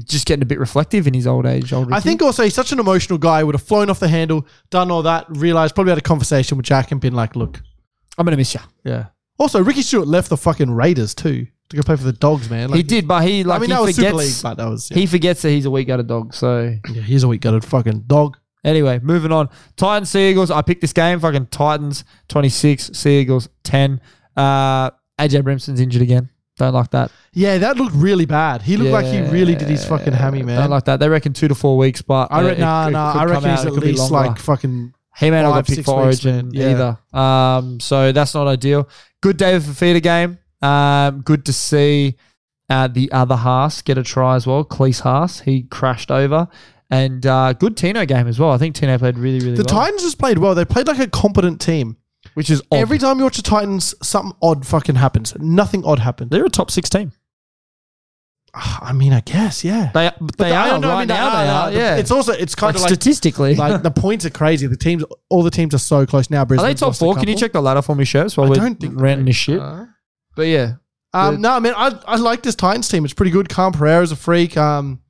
just getting a bit reflective in his old age. Old I Ricky. think also he's such an emotional guy. Would have flown off the handle, done all that, realized probably had a conversation with Jack and been like, "Look." I'm gonna miss you. Yeah. Also, Ricky Stewart left the fucking Raiders too to go play for the Dogs, man. Like, he did, but he like I mean, he that was forgets. Super League, but that was yeah. He forgets that he's a weak gutted dog. So yeah, he's a weak gutted fucking dog. anyway, moving on. Titans Sea Eagles. I picked this game. Fucking Titans twenty six. Sea Eagles ten. Uh, AJ Brimson's injured again. Don't like that. Yeah, that looked really bad. He looked like he really did his fucking hammy, Yeah, man. Don't like that. They reckon two to four weeks, but I uh, reckon, it- nah, it nah, could I come reckon out, he's it at could be least longer. like fucking he may not five, got picked six for weeks, Origin man. Yeah. either. Um, so that's not ideal. Good day for feeder game. Um, good to see uh, the other Haas get a try as well. Cleese Haas, he crashed over, and uh, good Tino game as well. I think Tino played really, really The well. Titans just played well. They played like a competent team. which is odd. Every time you watch the Titans, something odd fucking happens. Nothing odd happened. they're a top six team. Ah, I mean, I guess, yeah. They they I are don't know, right now. are, they are. are. The- yeah, It's also it's kind like of like, statistically. like the points are crazy. The teams, all the teams are so close now. are Brisbane they top four? Can you check the ladder for me, Sherps, while I we're don't think ranting they this shit? But yeah, Um, no, I mean, I, I like this Titans team. It's pretty good. Cam Pereira's a freak. Um,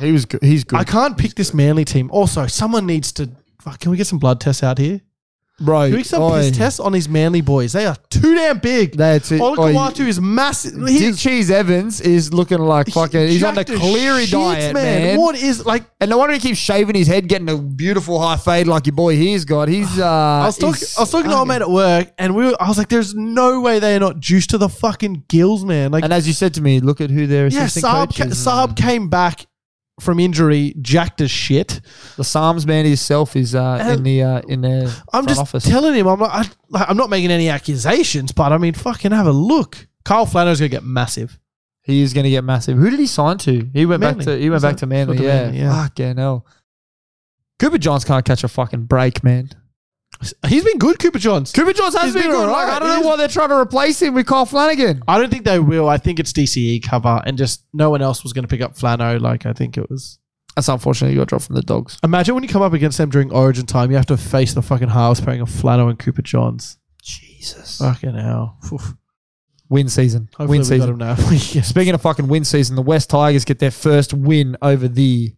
he was good. He's good. I can't pick this Manly team. Also, someone needs to. fuck, Can we get some blood tests out here? bro. Can we get some oi. piss tests on these Manly boys? They are too damn big. They are too- Olakawatu is massive. He Dick is Cheese Evans is looking like fucking. He's on the jacked as Cleary shit, diet, man. What is like? And no wonder he keeps shaving his head, getting a beautiful high fade like your boy here's got. He's uh, I was, talk, I was talking to our mate at work, and we were, I was like, "There's no way they are not juiced to the fucking gills, man." Like, And as you said to me, look at who their yeah, assistant Saab, coach ca- is. Saab came back from injury, jacked as shit. The Psalms man himself is uh, in the uh, in their I'm front just office. telling him, I'm not, I, like, I'm not making any accusations, but I mean, fucking have a look. Kyle Flano's gonna get massive. he is going to get massive. Who did he sign to? He went Manly. back to he went He's back not- to Manly. he's not to Yeah, Manly, yeah. fucking hell. Cooper Johns can't catch a fucking break, man. He's been good, Cooper Johns. Cooper Johns has He's been, been good. alright. Like, I don't He's- know why they're trying to replace him with Kyle Flanagan. I don't E think they will. I think it's DCE cover, and just no one else was going to pick up Flano. Like I think it was. That's unfortunate. You got dropped from the dogs. Imagine when you come up against them during Origin time, you have to face the fucking halves pairing of Flano and Cooper Johns. Jesus. Fucking hell. Oof. Win season. Hopefully win we got season. him now. yes. Speaking of fucking win season, the West Tigers get their first win over the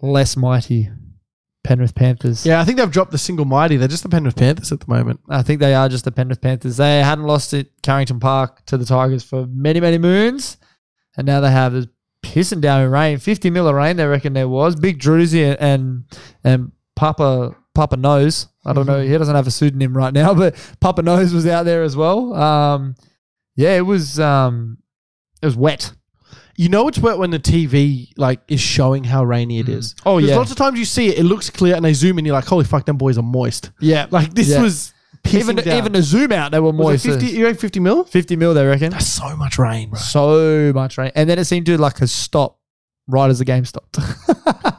less mighty Penrith Panthers. Yeah, I think they've dropped the single mighty. They're just the Penrith Panthers at the moment. I think they are just the Penrith Panthers. They hadn't lost at Carrington Park to the Tigers for many, many moons. And now they have this pissing down in rain. 50 mil of rain, they reckon there was. Big Druzy and and Papa Papa Nose. I don't know. Mm-hmm. He doesn't have a pseudonym right now, but Papa Nose was out there as well. Um, yeah, it was um, it was wet. You know it's wet when the TV like is showing how rainy it is. Oh, 'Cause yeah. Lots of times you see it, it looks clear, and they zoom in. You're like, holy fuck, them boys are moist. Yeah. Like this Yeah. was pissing even down. even a zoom out, they were was moist. it 50, you reckon 50 mil? 50 mil, they reckon. That's so much rain, bro. So much rain. And then it seemed to like a stop right as the game stopped.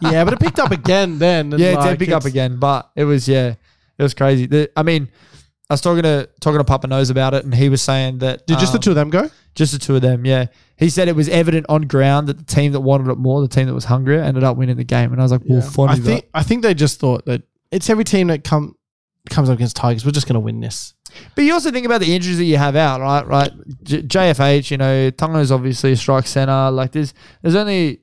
yeah, but it picked up again then. and, yeah, it like, did pick up it's- again, but it was yeah, it was crazy. The, I mean, I was talking to talking to Papa Nose about it, and he was saying that Did just the um, two of them go? just the two of them. Yeah, he said it was evident on ground that the team that wanted it more, the team that was hungrier, ended up winning the game. And I was like, well, funny. I that. think I think they just thought that it's every team that come comes up against Tigers. We're just going to win this. But you also think about the injuries that you have out, right? Right, J- JFH. You know, Tonga's obviously a strike center. Like there's there's only,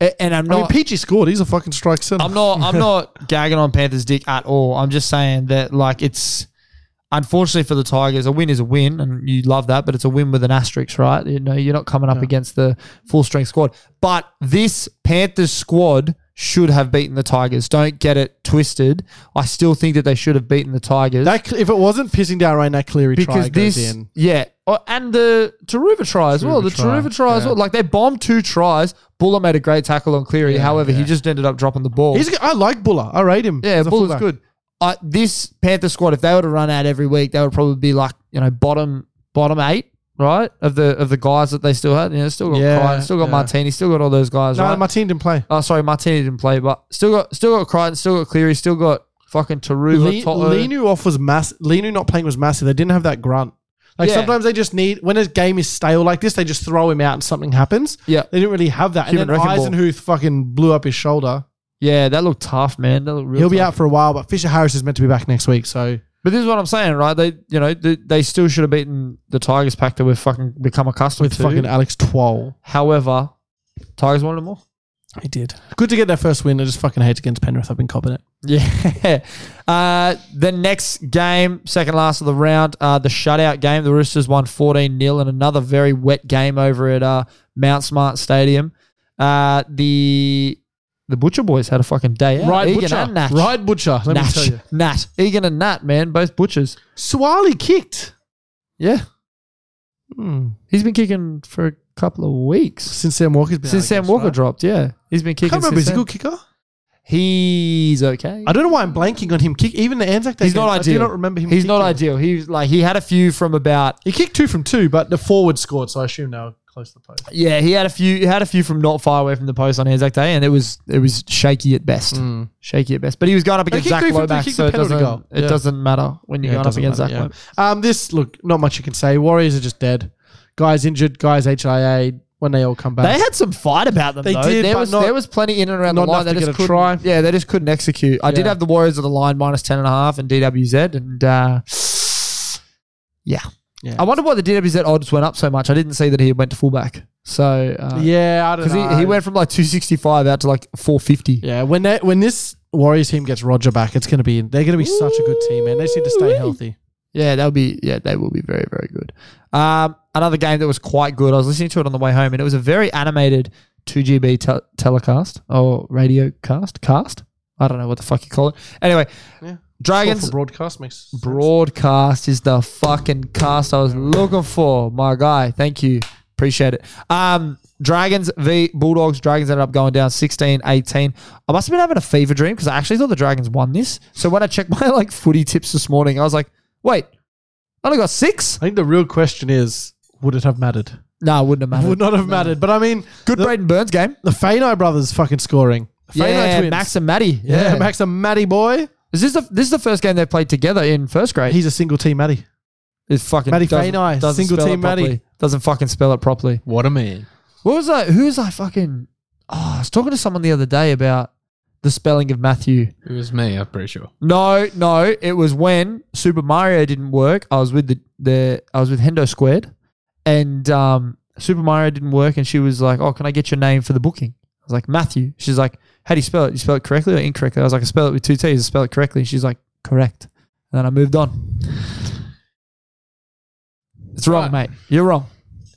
a- and I'm I not. mean, Peachy scored. He's a fucking strike center. I'm not. I'm not gagging on Panthers' dick at all. I'm just saying that like it's unfortunately for the Tigers, a win is a win, and you love that, but it's a win with an asterisk, right? You know, you're not coming up against the full strength squad. But this Panthers squad should have beaten the Tigers. Don't get it twisted. I still think that they should have beaten the Tigers That if it wasn't pissing down rain, that Cleary because try goes this, in. yeah, oh, and the Taruva try as well. The try, Taruva try as yeah. well. Like they bombed two tries. Buller made a great tackle on Cleary. However, he just ended up dropping the ball. He's, I like Buller. I rate him. Yeah, as a Buller's fullback. good. I, this Panther squad, if they were to run out every week, they would probably be like you know bottom bottom eight, right? Of the of the guys that they still had, you know, still got Yeah, Crichton, still got yeah. Martini, still got all those guys, No, right? my team didn't play. oh, sorry, Martini didn't play, but still got still got Crichton, still got Cleary, still got fucking Taruva, Toto. Linu off was massive. Linu not playing was massive. They didn't have that grunt. Like Yeah. sometimes they just need when a game is stale like this, they just throw him out and something happens. Yeah. they didn't really have that. Human and then wrecking ball. Eisenhuth fucking blew up his shoulder. Yeah, that looked tough, man. That looked real. He'll be tough. out for a while, but Fisher Harris is meant to be back next week. So But this is what I'm saying, right? They, you know, they, they still should have beaten the Tigers pack that we've fucking become accustomed with to. fucking Alex Twol, However, Tigers wanted more. he did good to get their first win. I just fucking hate against Penrith. I've been copping it. Yeah. Uh, the next game, second last of the round, uh, the shutout game. The Roosters won 14 0 in another very wet game over at uh, Mount Smart Stadium. Uh, the the Butcher Boys had a fucking day out. Right Egan butcher, and Nat. right butcher. Let me Nat. tell you, Nat. Egan and Nat, man, both Butchers. Suwali kicked Yeah. Hmm. He's been kicking for a couple of weeks. since Sam Walker's been Since out, I Sam guess, Walker right? dropped, yeah. He's been I kicking can't remember. Is since he then. a good kicker? He's okay. I don't know why I'm blanking on him. Kick even the Anzac Day. He's not game, I ideal. do not remember him. He's not kicking. ideal. He's like he had a few from about He kicked two from two, but the forward scored, so I assume they were close to the post. Yeah, he had a few. He had a few from not far away from the post on Anzac Day, and it was it was shaky at best. Shaky at best. But he was going up against kicked Zach three from- they Lomax, kicked so the it penalty doesn't goal. it Yeah. doesn't matter when you're going up against Zach Lomax. Um, this look, not much you can say. Warriors are just dead. Guys injured. Guys HIA. When they all come back, They had some fight about them. They though. did, there but was not- there was plenty in and around the not line. They enough to just get a couldn't. try. Yeah, they just couldn't execute. I did Yeah. have the Warriors of the line minus ten and a half and DWZ, and uh, yeah. Yeah. I wonder why the DWZ odds went up so much. I didn't see that he went to fullback. So uh, yeah, I don't because know. he, he went from like two sixty five out to like four fifty. Yeah, when they, when this Warriors team gets Roger back, it's gonna be they're gonna be such a good team, man. They just need to stay healthy. Yeah, that'll be yeah, they will be very very good. Um, another game that was quite good. I was listening to it on the way home, and it was a very animated 2GB te- telecast or radio cast cast. I don't know what the fuck you call it. Anyway, Dragons broadcast makes broadcast is the fucking cast I was looking for, my guy. Thank you, appreciate it. Um, Dragons v Bulldogs. Dragons ended up going down 16-18. I must have been having a fever dream because I actually thought the Dragons won this. So when I checked my like footy tips this morning, I was like, wait. I only got six. I think the real question is, would it have mattered? No, it wouldn't have mattered. Would not have mattered. But I mean, Good the, Braden Burns game. The Faino brothers fucking scoring. Faino Yeah, twins. Max and Maddie. yeah, Max and Matty boy. Is this the this is the first game they played together in first grade? He's a single team Matty. It's fucking Matty doesn't- Fainai, doesn't single spell it team Matty. properly. Doesn't fucking spell it properly. What a man. What was that? Who was I fucking? oh, I was talking to someone the other day about the spelling of Matthew. It was me, I'm pretty sure. No, no, it was when Super Mario didn't work. I was with the, the I was with Hendo Squared, and um, Super Mario didn't work, and she was like, "Oh, can I get your name for the booking?" I was like, "Matthew." She's like, "How do you spell it? You spell it correctly or incorrectly?" I was like, "I spell it with two T's. I spell it correctly." She's like, "Correct," and then I moved on. It's wrong, mate. Right. You're wrong.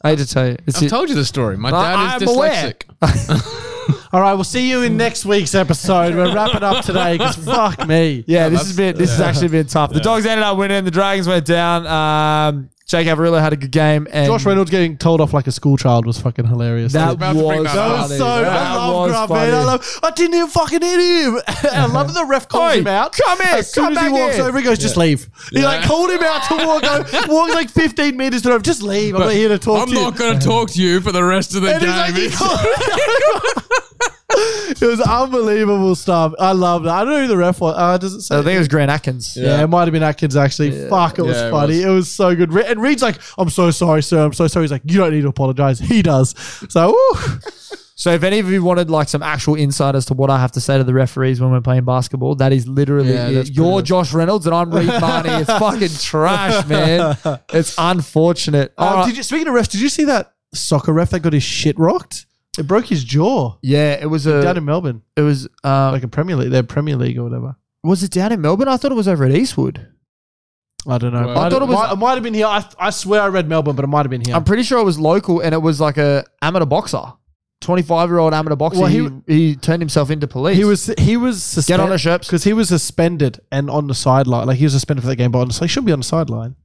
I had to tell you. It's I've told you the story. My I- dad is I'm aware. dyslexic. All right, we'll see you in next week's episode. We're wrapping up today because fuck me. Yeah, this has been this has actually been tough. The dogs ended up winning. The dragons went down. Um, Jake Averillo had a good game, and Josh Reynolds getting told off like a school child was fucking hilarious. That about to was, bring that up. That funny. That was funny. love. I didn't even fucking hit him. I love that the ref calls Oi, him out. come here, As soon come as he back walks here. over, he goes, "Just leave." He like called him out to walk over, walks like 15 meters to over. Just leave. I'm not here to talk I'm to you. not going to talk to you for the rest of the And he's like, game. he called- it was unbelievable stuff. I loved it. I don't know who the ref was. Uh, does it say? I think it was Grant Atkins. Yeah, it might have been Atkins actually. Fuck, it was Yeah, it funny. was. It was. so good. Re- And Reed's like, I'm so sorry, sir. I'm so sorry. He's like, you don't need to apologize. He does. So, Um, ooh. So if any of you wanted like some actual insight as to what I have to say to the referees when we're playing basketball, that is literally Yeah, it. that's You're pretty- Josh Reynolds and I'm Reed Barney. It's fucking trash, man. It's unfortunate. Um, All right. did you, speaking of refs, did you see that soccer ref that got his shit rocked? It broke his jaw yeah, it was down in a. Melbourne, Uh, It was. Uh, like in Premier League, their Premier League or whatever. was it down in Melbourne? I thought it was over at Eastwood. I don't know. Well- I thought it, was- might, it might have been here. I, I swear I read Melbourne, but it might have been here. I'm pretty sure it was local, and it was like a amateur boxer, 25 year old amateur boxer. Well, he, he- he turned himself into police. he was he was get on a suspended ships. because he was suspended and on the sideline. Like he was suspended for that game, but on the, so he shouldn't be on the sideline.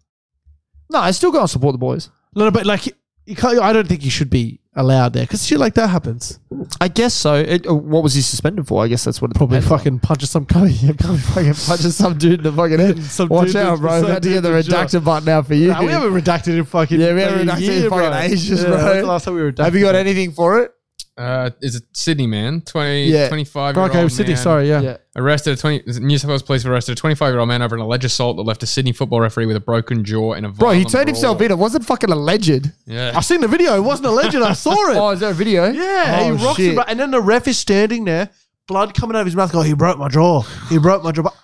No, I still go and support the boys. No, no, but like you can't, I don't think you should be allowed there because shit like that happens. I guess so. It, uh, what was he suspended for? I guess that's what it Probably depends on. fucking punches some guy. fucking punches some dude in the fucking head. Some Watch dude out, that- bro. some About to dude get the that jumped. redaction button out for you. Nah, we haven't redacted in fucking Yeah, we haven't like a redacted in fucking bro. ages, yeah, bro. That's the last time we redacted. Have you got anything for it? Uh, is it Sydney man? 20, Yeah. 25 year old oh, Okay, Sydney. man Sorry, yeah. Arrested a 20, is it New South Wales police arrested a 25 year old man over an alleged assault that left a Sydney football referee with a broken jaw and a Bro, he violent turned himself brawl. in. Ah, It wasn't fucking alleged. Yeah. I seen the video. It wasn't a legend. I saw it. Oh, is there a video? yeah, Oh, he rocks shit. it, bro. and then the ref is standing there, blood coming out of his mouth. Go, he broke my jaw. He broke my jaw. But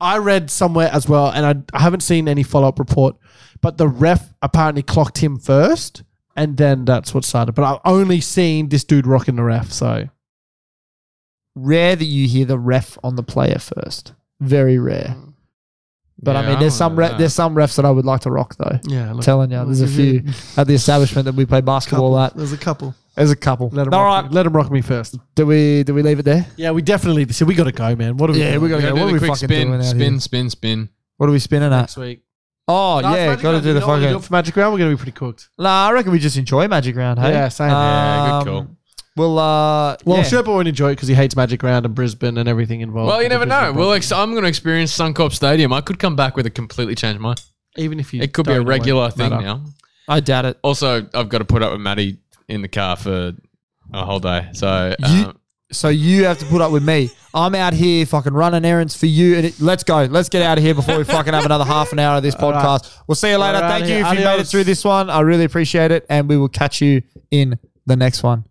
I read somewhere as well, and I, I haven't seen any follow up report, but the ref apparently clocked him first, and then that's what started. But I've only seen this dude rocking the ref. So Rare that you hear the ref on the player first. Very rare. But Yeah, I mean, I there's don't some know re- that. there's some refs that I would like to rock though. yeah, look, telling you, there's a few at the establishment that we play basketball couple, at. There's a couple. There's a couple. Let him, All rock right, me. Let him rock me first. do we do we leave it there? Yeah, we definitely. So we got to go, man. What are we? Yeah, doing? we gotta Gotta go. do What the are we quick fucking spin, doing out spin, here? spin, spin. What are we spinning at? next week. Oh No, it's yeah, Magic gotta Round. do You the know what we fucking. do for Magic Round. We're gonna be pretty cooked. Nah, I reckon we just enjoy Magic Round. Hey, Um, Yeah, same. Yeah, good call. Well, uh, Well, yeah. Sherpa won't enjoy it because he hates Magic Round and Brisbane and everything Oh, involved. Well, you with never the know. Brisbane Well, Broncos. ex- I'm going to experience Suncorp Stadium. I could come back with a completely changed mind. even if you, It could be don't, a won't regular thing matter. now. I doubt it. Also, I've got to put up with Maddie in the car for a whole day. So, You- uh, So you have to put up with me. I'm out here fucking running errands for you. And it, let's go. Let's get out of here before we fucking have another half an hour of this right. podcast. We'll see you later. Alrighty, Thank you if you made it adios. through this one. I really appreciate it, and we will catch you in the next one.